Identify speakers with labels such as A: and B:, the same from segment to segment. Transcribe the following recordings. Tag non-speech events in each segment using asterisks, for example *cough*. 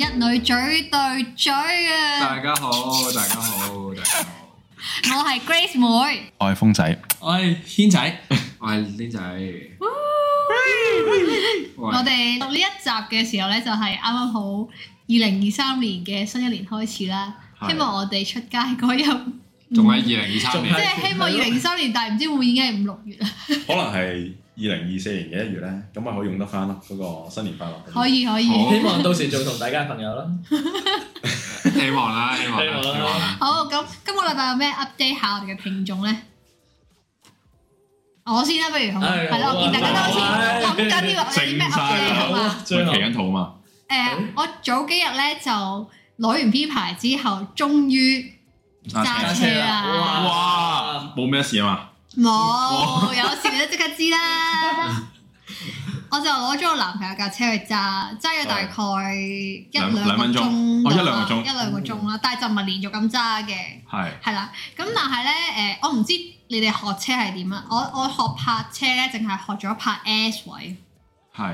A: 嘴對嘴啊！
B: 大家好，大家好，大家好。
A: 我係 Grace 妹，
C: 我係風仔，
D: 我係軒仔，
B: 我係僆仔。
A: 我哋錄呢一集嘅時候咧，就係啱啱好二零二三年嘅新一年開始啦。
B: 係
A: 希望我哋出街嗰
B: *laughs*
A: 日，
B: 仲喺二零二三
D: 仲
A: 即
B: 年
D: 係，
A: 係希望二零二三年，但係唔知會唔會已經係五六月啦。
C: 可能係二零二四年嘅一月咧，咁咪啊可以用得翻咯，嗰個新年快樂。
A: 可以可以，
B: 好
D: 希望到時做同大家朋友啦。
B: 希望啦，希望啦，
D: 希
B: 希
D: 望啦
B: 望啦。
A: 好咁，今個禮拜有咩 update 下我哋嘅聽眾咧？我先啦，不如好嘛
D: 哎
A: 係啦，
D: 好啊
A: 我見大家都好似諗緊呢個有啲咩
B: 靜晒啦
A: update 好嘛？
D: 最後
C: 期緊肚嘛，
A: 誒，
C: 嗯
A: 我早幾日咧就攞完 P 牌之後，終於揸車啦！
C: 哇，冇咩事啊嘛，
A: 冇有事你都即刻知
C: *laughs*
A: 啦。我就攞咗我男朋友架車去揸，揸咗大概一
C: 兩
A: 兩個
C: 兩分鐘
A: 鐘
C: 哦
A: 到啦，
C: 一兩個鐘
A: 一兩個鐘啦。但係就唔係連續咁揸嘅，
C: 係
A: 係啦。咁但係咧誒，我唔知你哋學車係點啊啦。我我學泊車咧，淨係學咗泊 S 位，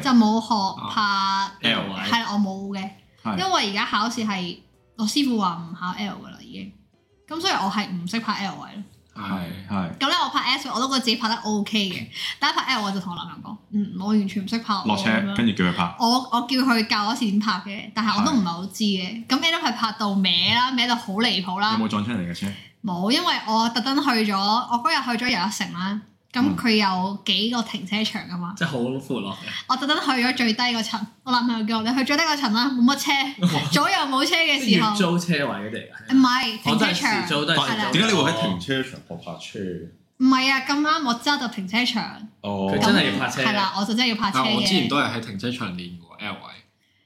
A: 就
C: 係
A: 冇學泊。
C: L
D: 位
A: 係啦，我冇嘅，
C: 係
A: 因為而家考試係我師傅話唔考 L 噶啦已經，咁所以我係唔識拍 L 位咯。
C: 係係
A: 咁咧我拍 S 位我都覺得自己拍得 OK
C: *laughs*
A: 嘅，但係拍 L 位我就同我男朋友講，嗯，我完全唔識拍喎。
C: 落
A: 咁
C: 車，
A: 樣
C: 跟住叫佢拍，
A: 我我叫佢教我一次點拍嘅，但係我都唔係好知嘅。咁 end up 係拍到歪啦，歪到好離譜啦
C: 有。冇撞親人哋嘅車？
A: 冇，因為我特登去咗，我嗰日去咗遊樂城啦。咁
C: 嗯
A: 佢有幾個停車場噶嘛？
D: 真係好闊落嘅，
A: 我特登去咗最低嗰層，我男朋友叫我你去最低嗰層啦，冇乜車，左右冇車嘅時
D: 月
A: 候，
D: 租車位嗰啲嚟㗎。
A: 唔係停車
D: 時
A: 場，
D: 租都係
A: 係啦
D: 時租
C: 點解你會喺停車場學泊車？
A: 唔係啊，咁啱我揸到停車場，
C: 哦
D: 佢真係要泊車
A: 係啦，我就真係要泊車
B: 但啊我之前
A: 嘅，
B: 都係喺停車場練過 L 位，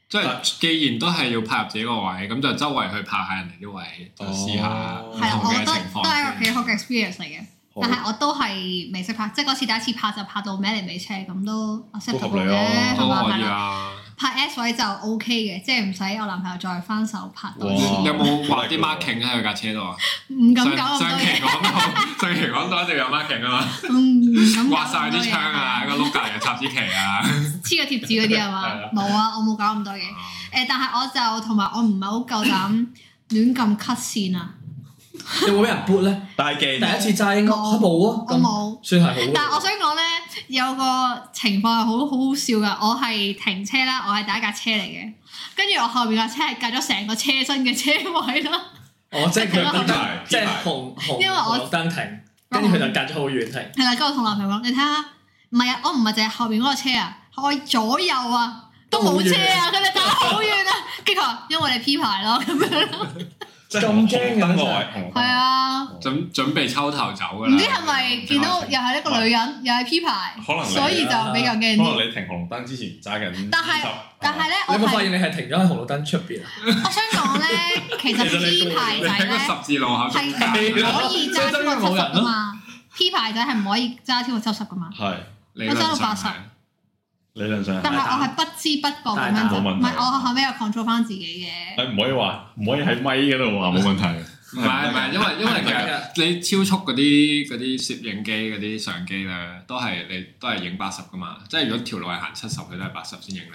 B: 即係既然都係要拍入自己個位，咁就周圍去拍下人哋啲位，就試下
C: 哦
B: 唔同
A: 係啦，我
B: 嘅
A: 覺得
B: 情
A: 都係一啊個幾
B: 況。
A: 好嘅 experience 嚟嘅，
C: 好
A: 但係我都係未識泊，即係嗰次第一次泊就泊到咩嚟尾車咁都 acceptable
C: 合理
A: 嘅，
C: 啊
A: 係
B: 都
A: 嘛
B: 可
A: 係
B: 以
A: 啦，
B: 啊！
A: 泊 S 位就 OK 嘅，即係唔使我男朋友再翻手泊多次，
C: 哇
B: 哦啊有冇畫啲 marking 喺佢架車度啊？
A: 唔敢
B: 上
A: 搞咁多
B: 上期
A: 嘢，
B: 講到， *laughs* 上期講到一定有 marking 啊嘛，
A: 嗯唔
B: 畫
A: 敢搞
B: 晒
A: 咁多
B: 啲
A: 嘢
B: 窗啊，個碌隔離又插支旗
A: *laughs*
B: 啊。哦
A: 黐個貼紙嗰啲係
B: 係
A: 嘛
B: 啊？
A: 冇啊，我冇搞咁多嘢。誒、但係我就同埋我唔係好夠膽亂咁 cut 線啊，
D: 有冇俾人 boot 咧？
C: 大忌，
D: 第一次揸應該
A: 冇
D: 冇啊，
A: 我冇。
D: 算係好。
A: 但係我想講咧，有個情況係好好好笑噶。我係停車啦，我係第一架車嚟嘅，跟住我後邊架車係隔咗成個車身嘅車位啦。
D: 我哦即係
A: *laughs*
D: 佢
A: 我
C: 編
D: 燈
C: 排
D: 停，即係
C: 編排
D: 紅
A: 因
D: 紅
A: 為我
D: 綠燈停，跟住佢就隔咗好遠停。
A: 係啦，跟住我同男朋友講：你睇下，唔係啊，我唔係淨係後邊嗰個車啊，我左右啊都冇車啊，佢哋打好遠啊。跟住佢話：因為你 P 牌咯，咁樣咯。
C: 即係
D: 咁
C: 紅
D: 驚
C: 燈個
E: 哦
D: 啊
C: 位，紅燈
A: 係啊。
B: 準準備抽頭走㗎
A: 唔
B: 啦。
A: 知係咪見到又係一個女人，又係 P 牌，
C: 可能你
A: 所以就比較驚
C: 可
E: 啊
A: 啲。
C: 能你停紅燈之前揸緊，
A: 但係但係咧，我
D: 你有冇發
A: 係
D: 現你係停咗喺紅綠燈出邊啊？
A: 我想講咧，其實
D: 其實你
A: P 牌
B: 你
A: 仔
B: *laughs* 喺個
A: 咧
B: 十字路口中間
D: 係
A: 可以揸超過七十噶嘛，P 牌仔係唔可以揸超過七十噶嘛。
C: 係
B: 理論上
A: 我揸到八十
B: 係
C: 理論上
A: 但係我係不知不覺咁樣
D: 大
C: 膽
A: 就，
C: 冇問
A: 唔
C: 題
A: 係我後尾又 control 翻自己嘅。
C: 係唔可以話唔可以喺咪嗰度話冇問題。
A: 啊
B: 唔係唔係，因為因為其實你超速嗰啲嗰啲攝影機嗰啲相機咧，都係你都係影八十噶嘛。即係如果條路係行七十，佢都係八十先影你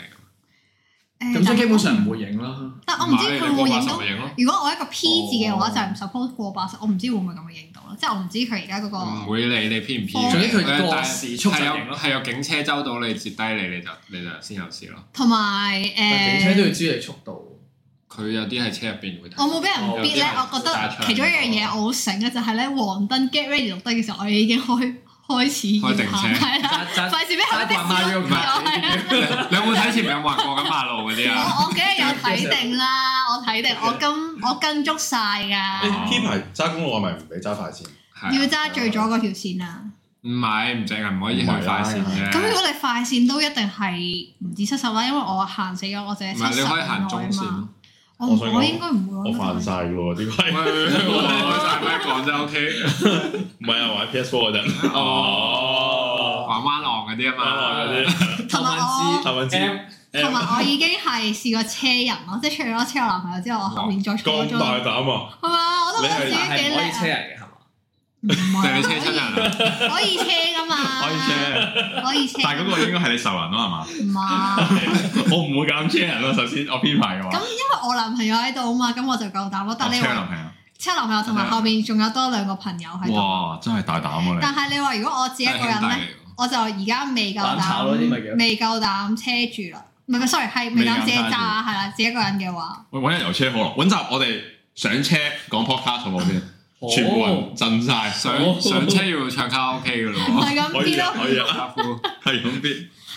B: 㗎嘛。
A: 誒
D: 即係
A: 但
D: 唔會影啦。
A: 但啊我唔知
B: 係
A: 佢
B: 你
A: 會唔會
B: 過八
A: 影
B: 十
A: 到
B: 咪。影咯，
A: 如果我一個 P 字嘅話，
C: 哦
A: 就唔 suppose 過八十，我唔知會唔會咁樣影到啦。即係我唔知佢而家嗰個
B: 唔會理你偏唔
A: 哦
B: 偏。
D: 總之佢
B: 誒
D: 過
B: 但
D: 時速就
B: 係有
D: 影咯
B: 係有警車周到你截低你，你就你就先有事咯。
A: 同埋
D: 但警車
A: 誒
D: 都。要知你速度。
B: 佢有啲喺車入邊會睇。
A: 我冇俾
B: 哦
A: 人逼咧，我覺得其中一樣嘢我好醒嘅就係咧，黃燈 get ready 綠燈嘅時候，我已經開 *laughs* 開始
B: 開定車
A: 係啦，
D: 揸揸
A: 費
C: *laughs*
A: 事俾後面
D: 揸
A: 的
D: 慣
A: 士
D: Mario
A: 佬係啊
D: Kart
B: *laughs* 你你有冇睇前面有冇人過緊馬路嗰啲啊？
A: 我我幾日有睇定啦，我睇定，我跟我跟足晒㗎，
C: 誒 P 牌揸公路係咪唔俾揸快線？
B: 啊係啊
A: 要揸最左嗰條線啊！
B: 唔係唔正，唔可以去快線啫。
A: 咁如果你快線都一定係唔止七十啦，因為我行死咗，我淨係
B: 唔
A: 七
B: 係
A: 十啊
B: 你可以行中線咯
A: 嘛。。我
C: 我想講
A: 我應該唔會
C: 我犯晒㗎喎，點
B: 喂
A: 啊
C: 解？
B: 我使咩講啫？O K，
C: 唔係啊，玩 PS Four 嗰
A: *laughs*
C: 陣。
B: 哦，玩灣浪嗰啲啊
C: 啊
E: 哦
B: 嘛。
C: 嗰啲
A: 同埋
D: 頭
A: 我
C: 頭文字
A: 同埋我已經係試過車人咯，即係除咗車我男朋友之後，我後面再坐
C: 咁
A: 咗
C: 大膽啊！
A: 係嘛？我都覺得自
D: 但
A: 己
D: 係
A: 幾
D: 唔
A: 叻
D: 可以車
A: 啊！
D: 人嘅係嘛？
A: 唔係
B: 定係你車親人啊？
A: 可以車噶嘛？
C: 可以以
A: *laughs*
C: share，
A: 可以 check。
E: 但係嗰個應該係你仇人咯，係嘛？
A: 唔係，
E: *laughs* 我唔會咁 share 人咯。首先，我編排嘅話
A: 咁，因為我男朋友喺度啊嘛，咁我就夠膽咯。但
E: 我
A: 你
E: share 哦男
A: 話
E: 朋友，
A: 車男朋友同埋後面仲有多兩個朋友喺度，
E: 哇，真係大膽啊
A: 但係你話如果我自己一個
B: 係兄
A: 人
B: 弟
A: 咧，
B: 嚟喎
A: 我就而家未夠
D: 玩炒咯呢啲咪
A: 膽，
D: 叫
A: 未夠膽車住啦。唔係唔係，sorry，係未夠膽自己揸，
E: 未夠膽揸
A: 係啦，自己一個人嘅話，
E: 你！喂，揾日遊車可樂，揾集我哋上車講 podcast 好唔好先？全部人震晒，
B: 上上車要唱卡拉 OK 嘅咯
A: 係咁
E: 可以
A: 啲
E: 啊，
A: 咯，
E: 可以啊，
B: 喎，卡夫
E: *laughs* 係
A: *laughs*
E: 咁邊，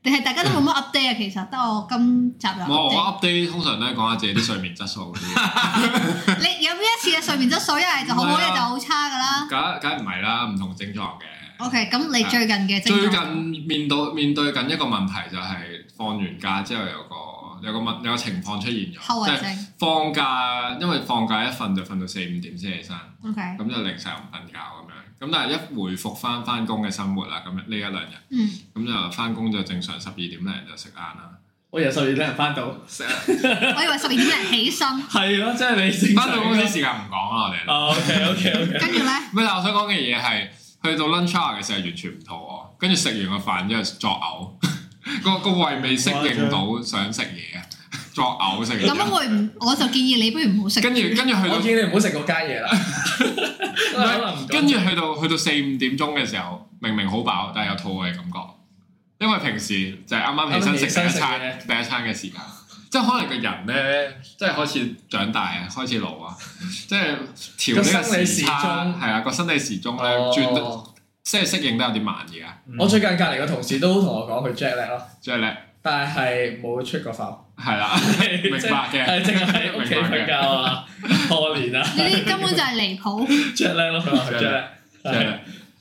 A: 定係大家都冇乜 update à, 啊？其實得我今集有
B: 我我
A: update。
B: update 通常都係講下自己啲睡眠質素嗰
A: 啊
B: 啲，
A: 你有邊一次嘅睡眠質素一係就好好，一係就好差噶啦。
B: 梗梗唔係啦，唔同症狀嘅。
A: OK，咁你最近嘅症
B: 最
A: 狀
B: 近面對面對緊一個問題就係放完假之後有個有個問有個情況出現
A: 後
B: 咗，即
A: 遺
B: 係
A: 症
B: 放假，因為放假一瞓就瞓到四五點先起身，
A: ，OK，
B: 咁就零舍唔瞓覺咁樣。咁但係一回復翻翻工嘅生活啦，咁呢一兩日，
A: 嗯，
B: 咁就翻工就正常十二點零就食晏啦。
D: 我由十二點人翻到，
B: 食
A: 我以為十二點零起身，
D: 係咯，即係你正
B: 翻到公司時間唔講啦，我哋。
D: 啊，OK OK OK，
A: 跟住咧，
B: 咩？但我想講嘅嘢係去到 lunch hour 嘅時候完全唔肚餓，跟住食完個飯之後作嘔， *laughs* 個個胃未適應到想食嘢啊，作嘔食
A: 咁樣
B: 嘢。
A: 會唔？我就建議你不如唔好食。
B: *laughs* 跟住跟住去
D: 啊我
B: 到
D: 建議你唔好食嗰間嘢啦，
B: 唔係跟住去到去到四五點鐘嘅時候，明明好飽，但係有肚餓嘅感覺，因為平時就係啱啱起身食第一餐
D: 啱啱
B: 第一餐嘅時間。即係可能個人咧，即係開始長大啊，開始老啊， *laughs* 即係調呢
D: 個生
B: 個
D: 理
B: 時
D: 時
B: 差，
D: 鐘
B: 係啊，個生理時鐘咧轉得
D: 哦
B: 即係適應得有啲慢嘅啊，
D: 我最近隔離個同事都同我講佢 jet lag 咯，
B: 即係咧
D: 但係冇出過埠，
B: 係啦。明白嘅
D: 係淨係喺屋企瞓覺啊，
B: *laughs*
D: 過年啊
A: 呢啲根本就係離譜。
D: jet lag 咯，佢話佢 jet lag，
B: 即係
D: 係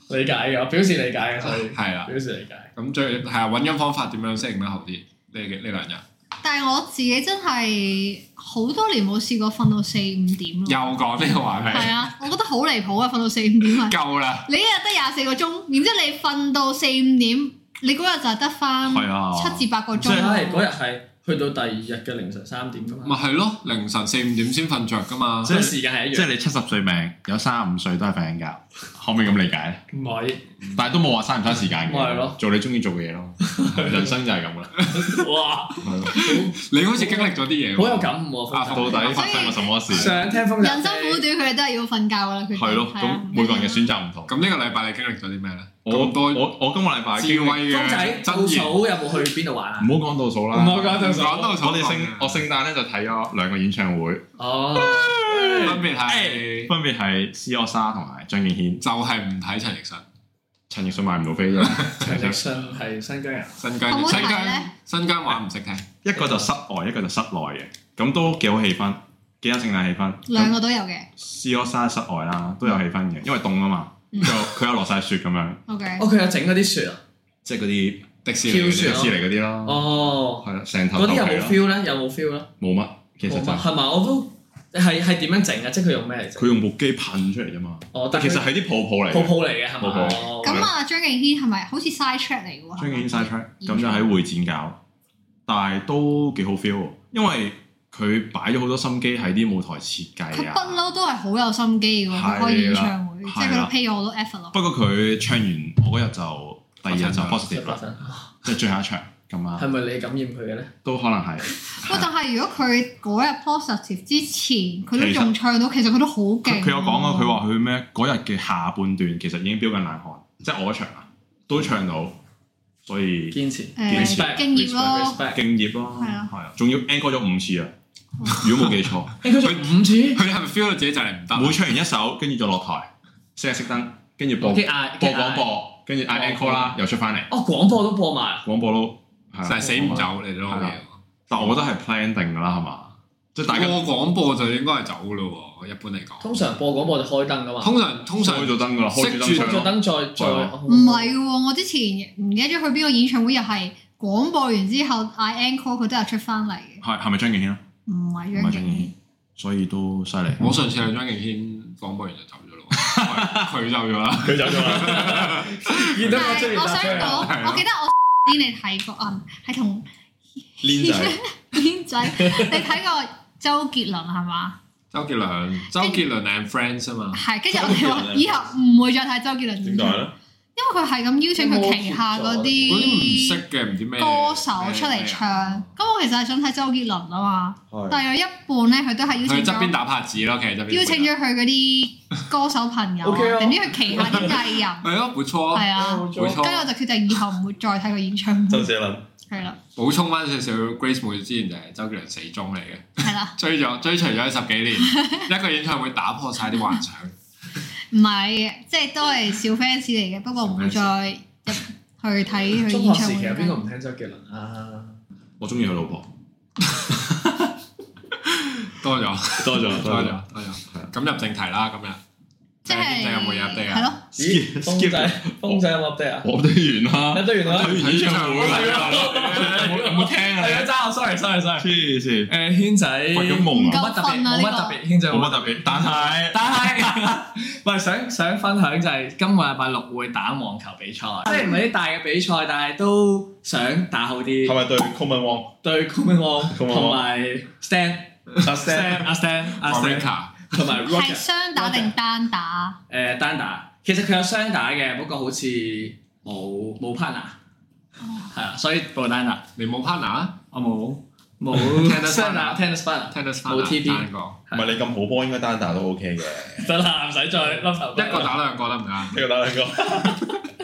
D: 理解嘅，我表示理解嘅，啊所以
A: 啊
B: 係啦，
D: 表示理解。
B: 咁最係啊，揾緊方法點樣適應得好啲呢幾呢兩日，
A: 但係我自己真係好多年冇試過瞓到四五點
B: 又
A: 咯。
B: 講呢個話題，
A: 係啊，我覺得好離譜啊！瞓到四五點係。
B: 夠啦，
A: 你一日得廿四個鐘，然之後你瞓到四五點，你嗰日就係得翻
E: 係啊
A: 七至八個
D: 最
A: 鐘咯。
D: 係嗰日係去到第二日嘅凌晨三點㗎
B: 咪
D: 嘛，
B: 係咯，凌晨四五點先瞓着噶嘛，
D: 所以時間係一
E: 即係
D: 樣，
E: 你七十歲命，有三五歲都係瞓緊覺，可唔可以咁理解咧？
D: 唔係
E: 但係都冇話嘥唔嘥時間嘅，
D: 咪係咯
E: 做你中意做嘅嘢咯。人生就係咁啦。
D: *laughs* 哇，
B: 你好似經歷咗啲嘢喎，
D: 好有感悟啊！
B: 啊
E: 到底發生過什麼事？
D: 想聽風
A: 人生苦短，佢哋都係要瞓覺噶啦。佢哋
E: 係咯，
A: 啊
E: 咁每個人嘅選擇唔同。
B: 咁呢個禮拜你經歷咗啲咩咧？
E: 我
B: 咁多
E: 我我今個禮拜
B: 智慧
D: 風仔
B: 嘅
D: 倒
B: 真言，
D: 數有冇去邊度玩啊？
E: 唔好講倒數啦。
D: 唔好講倒數
B: 講到
E: 我哋聖我聖誕咧就睇咗兩個演唱會，
D: 哦，
B: 分別係
E: 分別係 C o 沙同埋張敬軒。
B: 就係唔睇陳奕迅。
E: 陳奕迅買唔到飛
D: *laughs* 陳奕
E: 啫，
D: 迅係新疆人，
B: 新
A: 好唔
B: 疆
A: 好睇
B: 新
A: 呢
B: 疆新疆話唔識聽，
E: 一個就室外，一個就室內嘅，咁都幾好氣氛，幾有聖誕氣氛。
A: 兩個都有嘅。
E: C o 沙室外啦，都有氣氛嘅，因為凍啊嘛，
A: 嗯
E: 佢有佢有落晒雪咁樣，
A: O K，
D: 哦佢有整嗰啲雪啊，
E: *laughs* 即係嗰啲
B: 迪士尼
D: 跳
B: 嗰
D: 雪
B: 啲
E: 迪士尼嗰啲咯，
D: 哦，
E: 係啦，啊成頭
D: 嗰
E: 頭
D: 啲有冇
E: 皮
D: feel 咧？有冇 feel 咧？
E: 咯，冇乜，其實
D: 冇
E: 就
D: 乜
E: 係
D: 係嘛？我都係係點樣整啊？即係佢用咩嚟整？
E: 佢用部機噴出嚟啫嘛，
D: 哦，
E: 但
D: 但
E: 其實
D: 係
E: 係啲泡泡嚟
D: 泡
E: 嘅。
D: 泡嚟嘅係
E: 泡泡
D: 嘛？哦
A: 咁啊，張敬軒係咪好似 side track 嚟嘅喎？
E: 張敬軒 side track，
A: 嗯
E: 咁就喺會展搞，但係都幾好 feel，喎因為佢擺咗好多心機喺啲舞台設計
A: 佢
E: 啊
A: 不。嬲都係好有心機嘅喎，佢
E: 係啦啊
A: 開演唱會，即係佢
E: 係啊
A: 都
E: 啦
A: pay 咗好多 effort 咯。
E: 不過佢唱完，我嗰日就第二日就 positive
D: 發
E: 啦，
D: 生
E: 即係最後一場咁啊
D: 係，咪你感染佢嘅咧？
E: 都可能係
A: 喂，但係如果佢嗰日 positive 之前，佢都
E: 其實
A: 仲唱到，其實佢都好勁
E: 佢
A: 喎。
E: 佢有講過，佢話佢咩嗰日嘅下半段其實已經飆緊冷汗，即係我嗰場啊都唱到，所以
D: 堅持
A: 誒
D: respect，
A: 敬業咯，
D: respect，
E: 敬業咯，
A: 係啊
E: 係啊，仲要 encore 咗五次啊！如果冇記錯，
D: 應該做五次，
B: 佢哋係咪 feel 到自己就嚟唔得啊？
E: 每唱完一首，跟住就落台熄一熄燈，跟住播
D: 我
E: 播
D: 啲嗌
E: 廣。播，跟住嗌 encore 啦，又出翻嚟
D: 哦，廣播都播埋，
E: 廣播咯，
B: 就係
E: 係啊。
B: 死唔走，你哋都好
D: 啊
B: 嘢喎。
E: 但我覺得係 plan 定㗎啦，係嘛？即係大家
B: 播廣播就應該係走咯喎，一般嚟講。
D: 通常播廣播就開燈噶嘛，
B: 通常通常
E: 開咗燈㗎啦，開住
B: 熄住
E: 燈唱
D: 開咗
E: 咯。
D: 燈再再
E: 係
A: 唔係喎，我之前唔記得咗去邊個演唱會，又係廣播完之後嗌 encore，佢都有出翻嚟嘅。
E: 係係咪張敬軒啊？
A: 唔係張敬
E: 唔係張敬
A: 軒
E: 軒，所以都犀利。
B: 我上次兩張敬軒訪問完就走咗咯，
A: *laughs*
B: 佢佢走咗啦。
C: 佢走咗
E: *laughs*
C: 啦，
D: 見到
A: 但
D: 我出
A: 係
D: 面
A: 我想
D: 搭
B: 係啊
A: 講，我記得我年你睇過啊，係同
C: 僆
A: *laughs*
C: 仔
A: 軒仔，你睇過周杰倫係嘛？
B: 周杰倫，周杰倫 and Friends 啊嘛，
A: 係，跟住我哋話
C: 周杰倫
A: 以後唔會再睇周杰倫
C: 點
A: 演唱
C: 解
A: 會，
C: 咧？
A: 因為佢係咁邀請佢旗下嗰
B: 嗰啲唔
A: 啲
B: 識嘅唔知咩
A: 歌手出嚟唱。咁我其實係想睇周杰倫啊嘛，
C: 係
A: 但係有一半咧佢都係邀
B: 啊佢
A: 請
B: 側邊
A: 咗
B: 打拍子咯，其實側邊
A: 邀請咗佢嗰啲歌手朋友
D: OK
A: 啊，
D: 啊哦
A: 定唔知佢旗下啲藝
D: *laughs*
A: 人
B: 係咯，冇錯啊
A: 係，啊。
D: 冇
B: 冇
D: 錯
B: 錯
A: 跟住我就決定以後唔會再睇佢演唱
C: 周
A: 會，
C: 杰倫
A: 係啦，
B: 補充翻少少，Grace 妹之前就係周杰倫死忠嚟嘅，
A: 係啦，
B: 追咗追隨咗十幾
A: *laughs*
B: 年，一個演唱會打破晒啲幻想。
A: 唔係，即係都係小 fans 嚟嘅，不過唔會再入去睇佢
D: 中
A: 演
D: 學
A: 唱
D: 時期有邊個
A: 會。
D: 唔聽周杰倫啊？
E: 我中意佢老婆，
B: 多咗，
C: *laughs* 多咗多
B: 多
C: 咗，
B: 咗，多咗。咁入正題啦，今日
A: 啊即
B: 你有冇入
A: 係
B: 地
A: 係
B: 啊？
A: 咯，
D: 咦，風仔，風仔有冇 update 啊？
E: 我都完
D: *laughs*
E: 啦，
D: update 完啦，
E: 睇完
B: 啊 *laughs*
E: 演唱會啦，有冇有冇聽
D: 係啊，
E: 啊？
D: 爭我，sorry，sorry，sorry。
E: 黐線，
D: 誒，軒仔，
E: 喂咁
D: 冇
A: 唔
E: 夢啊，
A: 夠
D: 乜特別，
A: 瞓啊呢
D: 冇乜
A: 個
D: 特別，軒仔
E: 冇
D: 冇
E: 乜特別，但係
D: 但 *laughs* 係，唔係想想分享就係今個禮拜六會打網球比賽，即係唔係啲大嘅比賽，但係都想打好
C: 係
D: 啲。
C: 咪對 Common Wong
D: 對 c o m i n o
C: 公民
D: 同埋 Stan、
C: 阿 Sam
D: Sam、阿 Stan、阿
B: f r a n
D: Stan
B: k a
D: 同埋
A: 係
D: Roger
A: 雙打定單打？
D: 誒單打。其實佢有雙打嘅，不過好似冇冇 partner，係啊，所以冇單打。
B: 你冇 partner，
D: 我冇
B: 聽
D: 冇
B: 得
D: 雙
B: 翻啊
D: 打 tennis partner，
B: 聽得
D: 冇 TD
B: 單個，
C: 唔係你咁好波，應該單打都 OK 嘅，
D: *laughs* 得啦，唔使再笠頭
B: 一個打兩個得唔得啊？
C: 一個打兩個，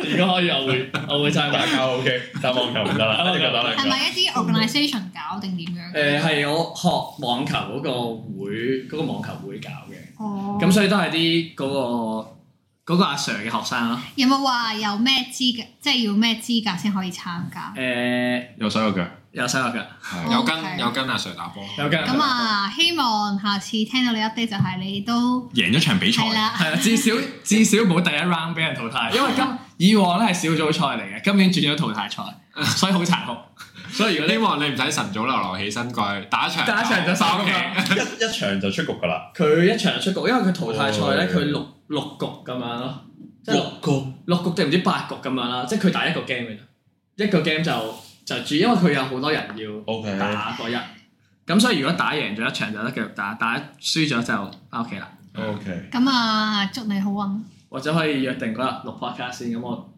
D: 如果可以，我會我會真
C: 打交 OK，打網球唔得啦，一個打
A: 係
C: 兩個。
A: 咪一啲 organisation 搞定點樣？
D: 誒係我學網球嗰個會，嗰、個網球會搞嘅，
A: 哦，
D: 咁所以都係啲嗰個嗰個阿 Sir 嘅學生啦。
A: 有冇話有咩資格，即係要咩資格先可以參加哦
D: 誒、？
E: 有手有腳，
D: 有手有腳，
E: 係
B: 有
A: OK
B: 跟有跟阿 Sir 打波，
D: 有腳。
A: 咁，啊，希望下次聽到你 update 就係你都
E: 贏咗場比賽
A: 係，啦，
D: 係啊，至 *laughs* 少至少冇第一 round 俾人淘汰，因為 *laughs* 今以往咧係小組賽嚟嘅，今年轉咗淘汰賽，所以好殘酷。啊 *laughs* 所以如果 *laughs*
B: 希
D: 你
B: 望你唔使晨早流流起身過去打一場，
D: 打一場就收
B: 翻屋
D: 工
B: 企。
D: 啦，
C: 一一場就出局㗎啦，
D: 佢一場出局，因為佢淘汰賽咧，
C: 哦
D: 佢六六局咁樣咯，即係六
C: 局
D: 六局定唔知八局咁樣啦，即係佢打一個 game 嘅啫，一個 game 就就主，因為佢有好多人要。
C: OK，
D: 打嗰日。咁所以如果打贏咗一場就得繼續打，打輸咗就翻屋企啦，
C: OK，
A: 咁啊，祝你好運。
D: 或者可以約定嗰日錄 podcast 先，咁我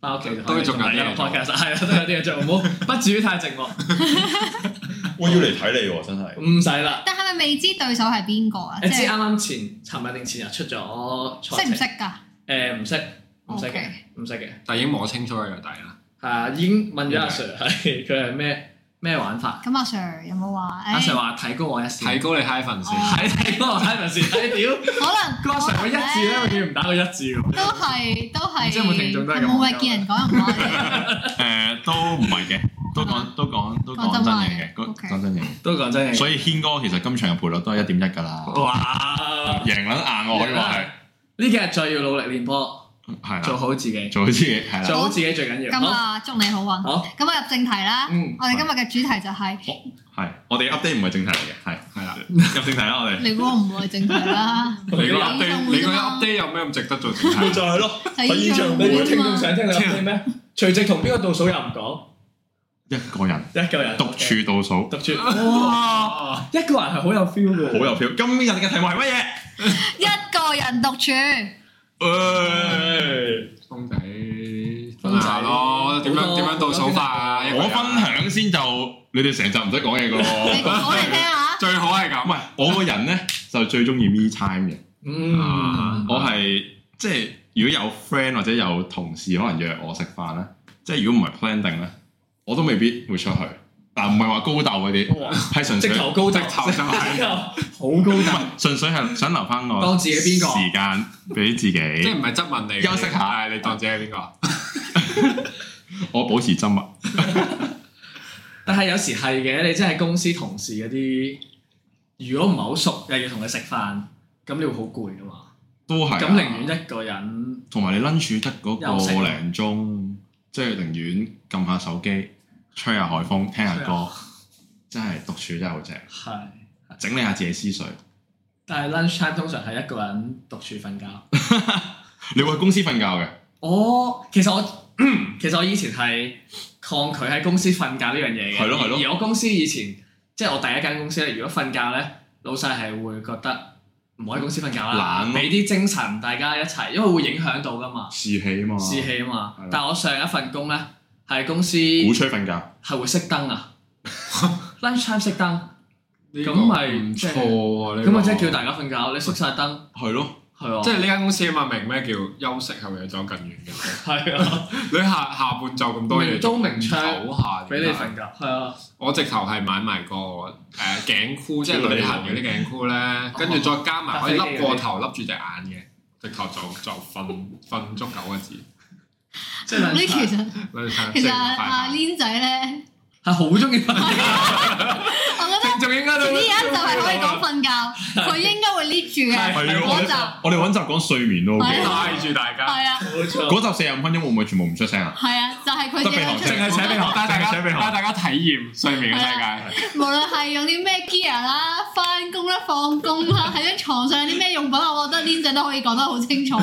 D: 翻屋企就可以
B: 都仲有啲嘢
D: 錄
B: 做
D: podcast，係啊，都有啲嘢做，唔好
E: *laughs*
D: 不至於太寂寞，
C: 我要嚟睇你喎，真係。
D: 唔使啦。
A: 但係咪未知對手係邊個啊？即
D: 你知啱
A: 係
D: 啱前尋日定前日出咗賽
A: 識唔
D: 程？
A: 識㗎？
D: 誒唔識，唔識嘅
A: OK，
D: 唔識嘅。
B: 但已經摸清楚佢個底啦。
D: 係啊，已經問咗阿 Sir 係佢係咩咩玩法？
A: 咁阿 Sir 有冇話？
D: 阿啊 Sir
A: 誒
D: 話提高我一線，
B: 提高你 high 份先，
A: 哦
D: 係提高我睇陣時，
E: *laughs*
D: 睇屌
A: 可能
D: 個阿 Sir 個一字咧，永遠唔打個一字喎。
A: 哎都係都係，
D: 唔知有冇聽眾都係咁啊
A: 冇謂見人講人話
D: *laughs*
A: 嘅。
E: 誒都唔係嘅，都講都講都
A: 講真
E: 講真嘢嘅，
A: 話嘅
E: 講
A: OK
E: 講真嘢嘅。
D: 都講真嘅。
E: 所以軒哥其實今場嘅賠率都係一點一㗎啦，
D: 哇！
E: 贏撚硬我可以話係
D: 呢幾日再要努力練波，
E: 係啊
D: 做
E: 啦，
D: 好自己，
E: 做好自己係啦，
D: 做好自己最緊要。
A: 咁
D: 好，
A: 啊，祝你好運。
D: 好，
A: 咁啊，入正題啦。
D: 嗯，
A: 我哋今日嘅主題就係，
E: 係我哋 update 唔係正題嚟嘅，
D: *laughs*
E: 係
B: 係啦。
E: 入正題啦，我哋
A: 你估我唔會係正題啦，
D: *laughs*
B: 你個 update，你個
A: 演唱會
B: update 有咩咁值得做正
C: 咪
B: 題？
C: 就係咯，
A: 啫嘛就演唱
D: 你估
A: 會
D: 聽
A: 啫
D: 眾
A: 嘛。
D: 想聽你講咩？隨直同邊個倒數又唔講，
E: 一個人
D: 一個人
E: 獨處倒數，
D: 獨處。哇！一個人係好有 feel 嘅，
E: 好有 feel。今日嘅題目係乜嘢？
A: 一個人獨處，
C: 誒，
B: 公仔分享咯，點樣點樣倒數法啊？一個
E: 我
B: 人
E: 分享先就你哋成集唔使講嘢個
A: 你
D: *laughs*
E: 喎，
A: 講嚟聽下。
B: 最好係
E: 唔
B: 咁，
E: 係我個人咧就最中意 me time
D: 啊
E: 嘅，
D: 嗯，
B: 啊
E: 我係即係如果有 friend 或者有同事可能約我食飯咧，即係如果唔係 plan 定咧，我都未必會出去。嗱唔係話高竇嗰啲，
D: 哇！
E: 係純粹
D: 直頭高
B: 直
D: 質，
B: 頭就係，
D: 好高質。
E: 純粹係想留翻個
D: 當自己邊個
E: 時間俾自
B: 即係
E: 己，
B: 唔係質問你
E: 休息下
B: 係你當自己係邊個？
E: 我保持緘默。
D: 但係有時係嘅，你真係公司同事嗰啲，如果唔係好熟，又要同佢食飯，咁你會好攰噶嘛？
E: 都係啊。
D: 咁寧願一個人。
E: 同埋你 lunch 得嗰
D: 休息
E: 個零鐘，即係寧願撳下手機，吹下海風，聽下歌，真係獨處真係好正，
D: 係
E: 整理下自己思緒。
D: 但係 lunch time 通常係一個人獨處瞓覺。
E: 你會喺公司瞓覺嘅，
D: 我其實我 *clears throat* 其實我以前係抗拒喺公司瞓覺呢樣嘢嘅。
E: 係咯係咯
D: 而我公司以前即係我第一間公司咧，如果瞓覺咧，老細係會覺得唔好喺公司瞓覺啦
E: 懶，咯
D: 俾啲精神大家一齊，因為會影響到噶嘛，
E: 士氣啊嘛，
D: 士氣啊嘛
E: 係咯。
D: 但係我上一份工咧，係公司
E: 鼓
D: 係
E: 吹瞓覺，
D: 會熄燈
E: *laughs*
D: 啊，lunch time 熄燈，
B: 呢個
D: 咁咪
B: 唔
D: 即係
B: 錯喎，呢
D: 咁
B: 個
D: 啊即係叫大家瞓覺，你熄晒燈
E: 係咯，
D: 係啊，
B: 即係呢間公司啊嘛，明咩叫休息係為咗走更遠
D: *laughs*
B: 嘅？
D: 係啊，
B: 你下下半晝咁多嘢
D: 明
B: 做，
D: 刀明槍
B: 唞下
D: 俾你
B: 點解
D: 瞓覺係啊，
B: 我直頭係買埋個誒頸
D: *laughs*
B: 箍，即係旅行嗰啲頸箍咧，跟住再加埋可以笠個頭，笠住隻眼
D: *laughs*
B: 嘅，直頭就就瞓瞓足九個字。
D: 即係 lunch
A: 呢
D: time
A: 其實
B: 你睇
A: 其
B: 食
A: 實
B: 完飯
A: 阿 Lin 仔咧，
D: 係好中意瞓覺。
A: 我覺
B: 聽眾應該
A: 得啊
B: 都
A: 呢一集
B: *laughs*
A: 係可以講瞓覺，佢應該會 lift 住
D: 啊
A: 嘅
E: 係
A: 嗰集，
E: 咯，我哋揾集講睡眠都 OK，
A: 係啊
B: 拉住大家，
A: 係啊
D: 冇錯。
E: 嗰集四十五分鐘會唔會全部唔出聲
D: *laughs*
E: 啊？
A: 係啊，就係佢
E: 得鼻
A: 哋
E: 鼾
A: 出
E: 聲
B: 淨係扯鼻鼾，帶大
E: 淨係扯
B: 家
E: 鼻鼾
B: 帶大家體驗睡眠嘅世界。
A: 無論係用啲咩 gear 啦、翻工啦、放工
B: *laughs*
A: 啦，喺張床上有啲咩用品，我覺得 Lin 仔都可以講得好清
B: *laughs*
A: 楚，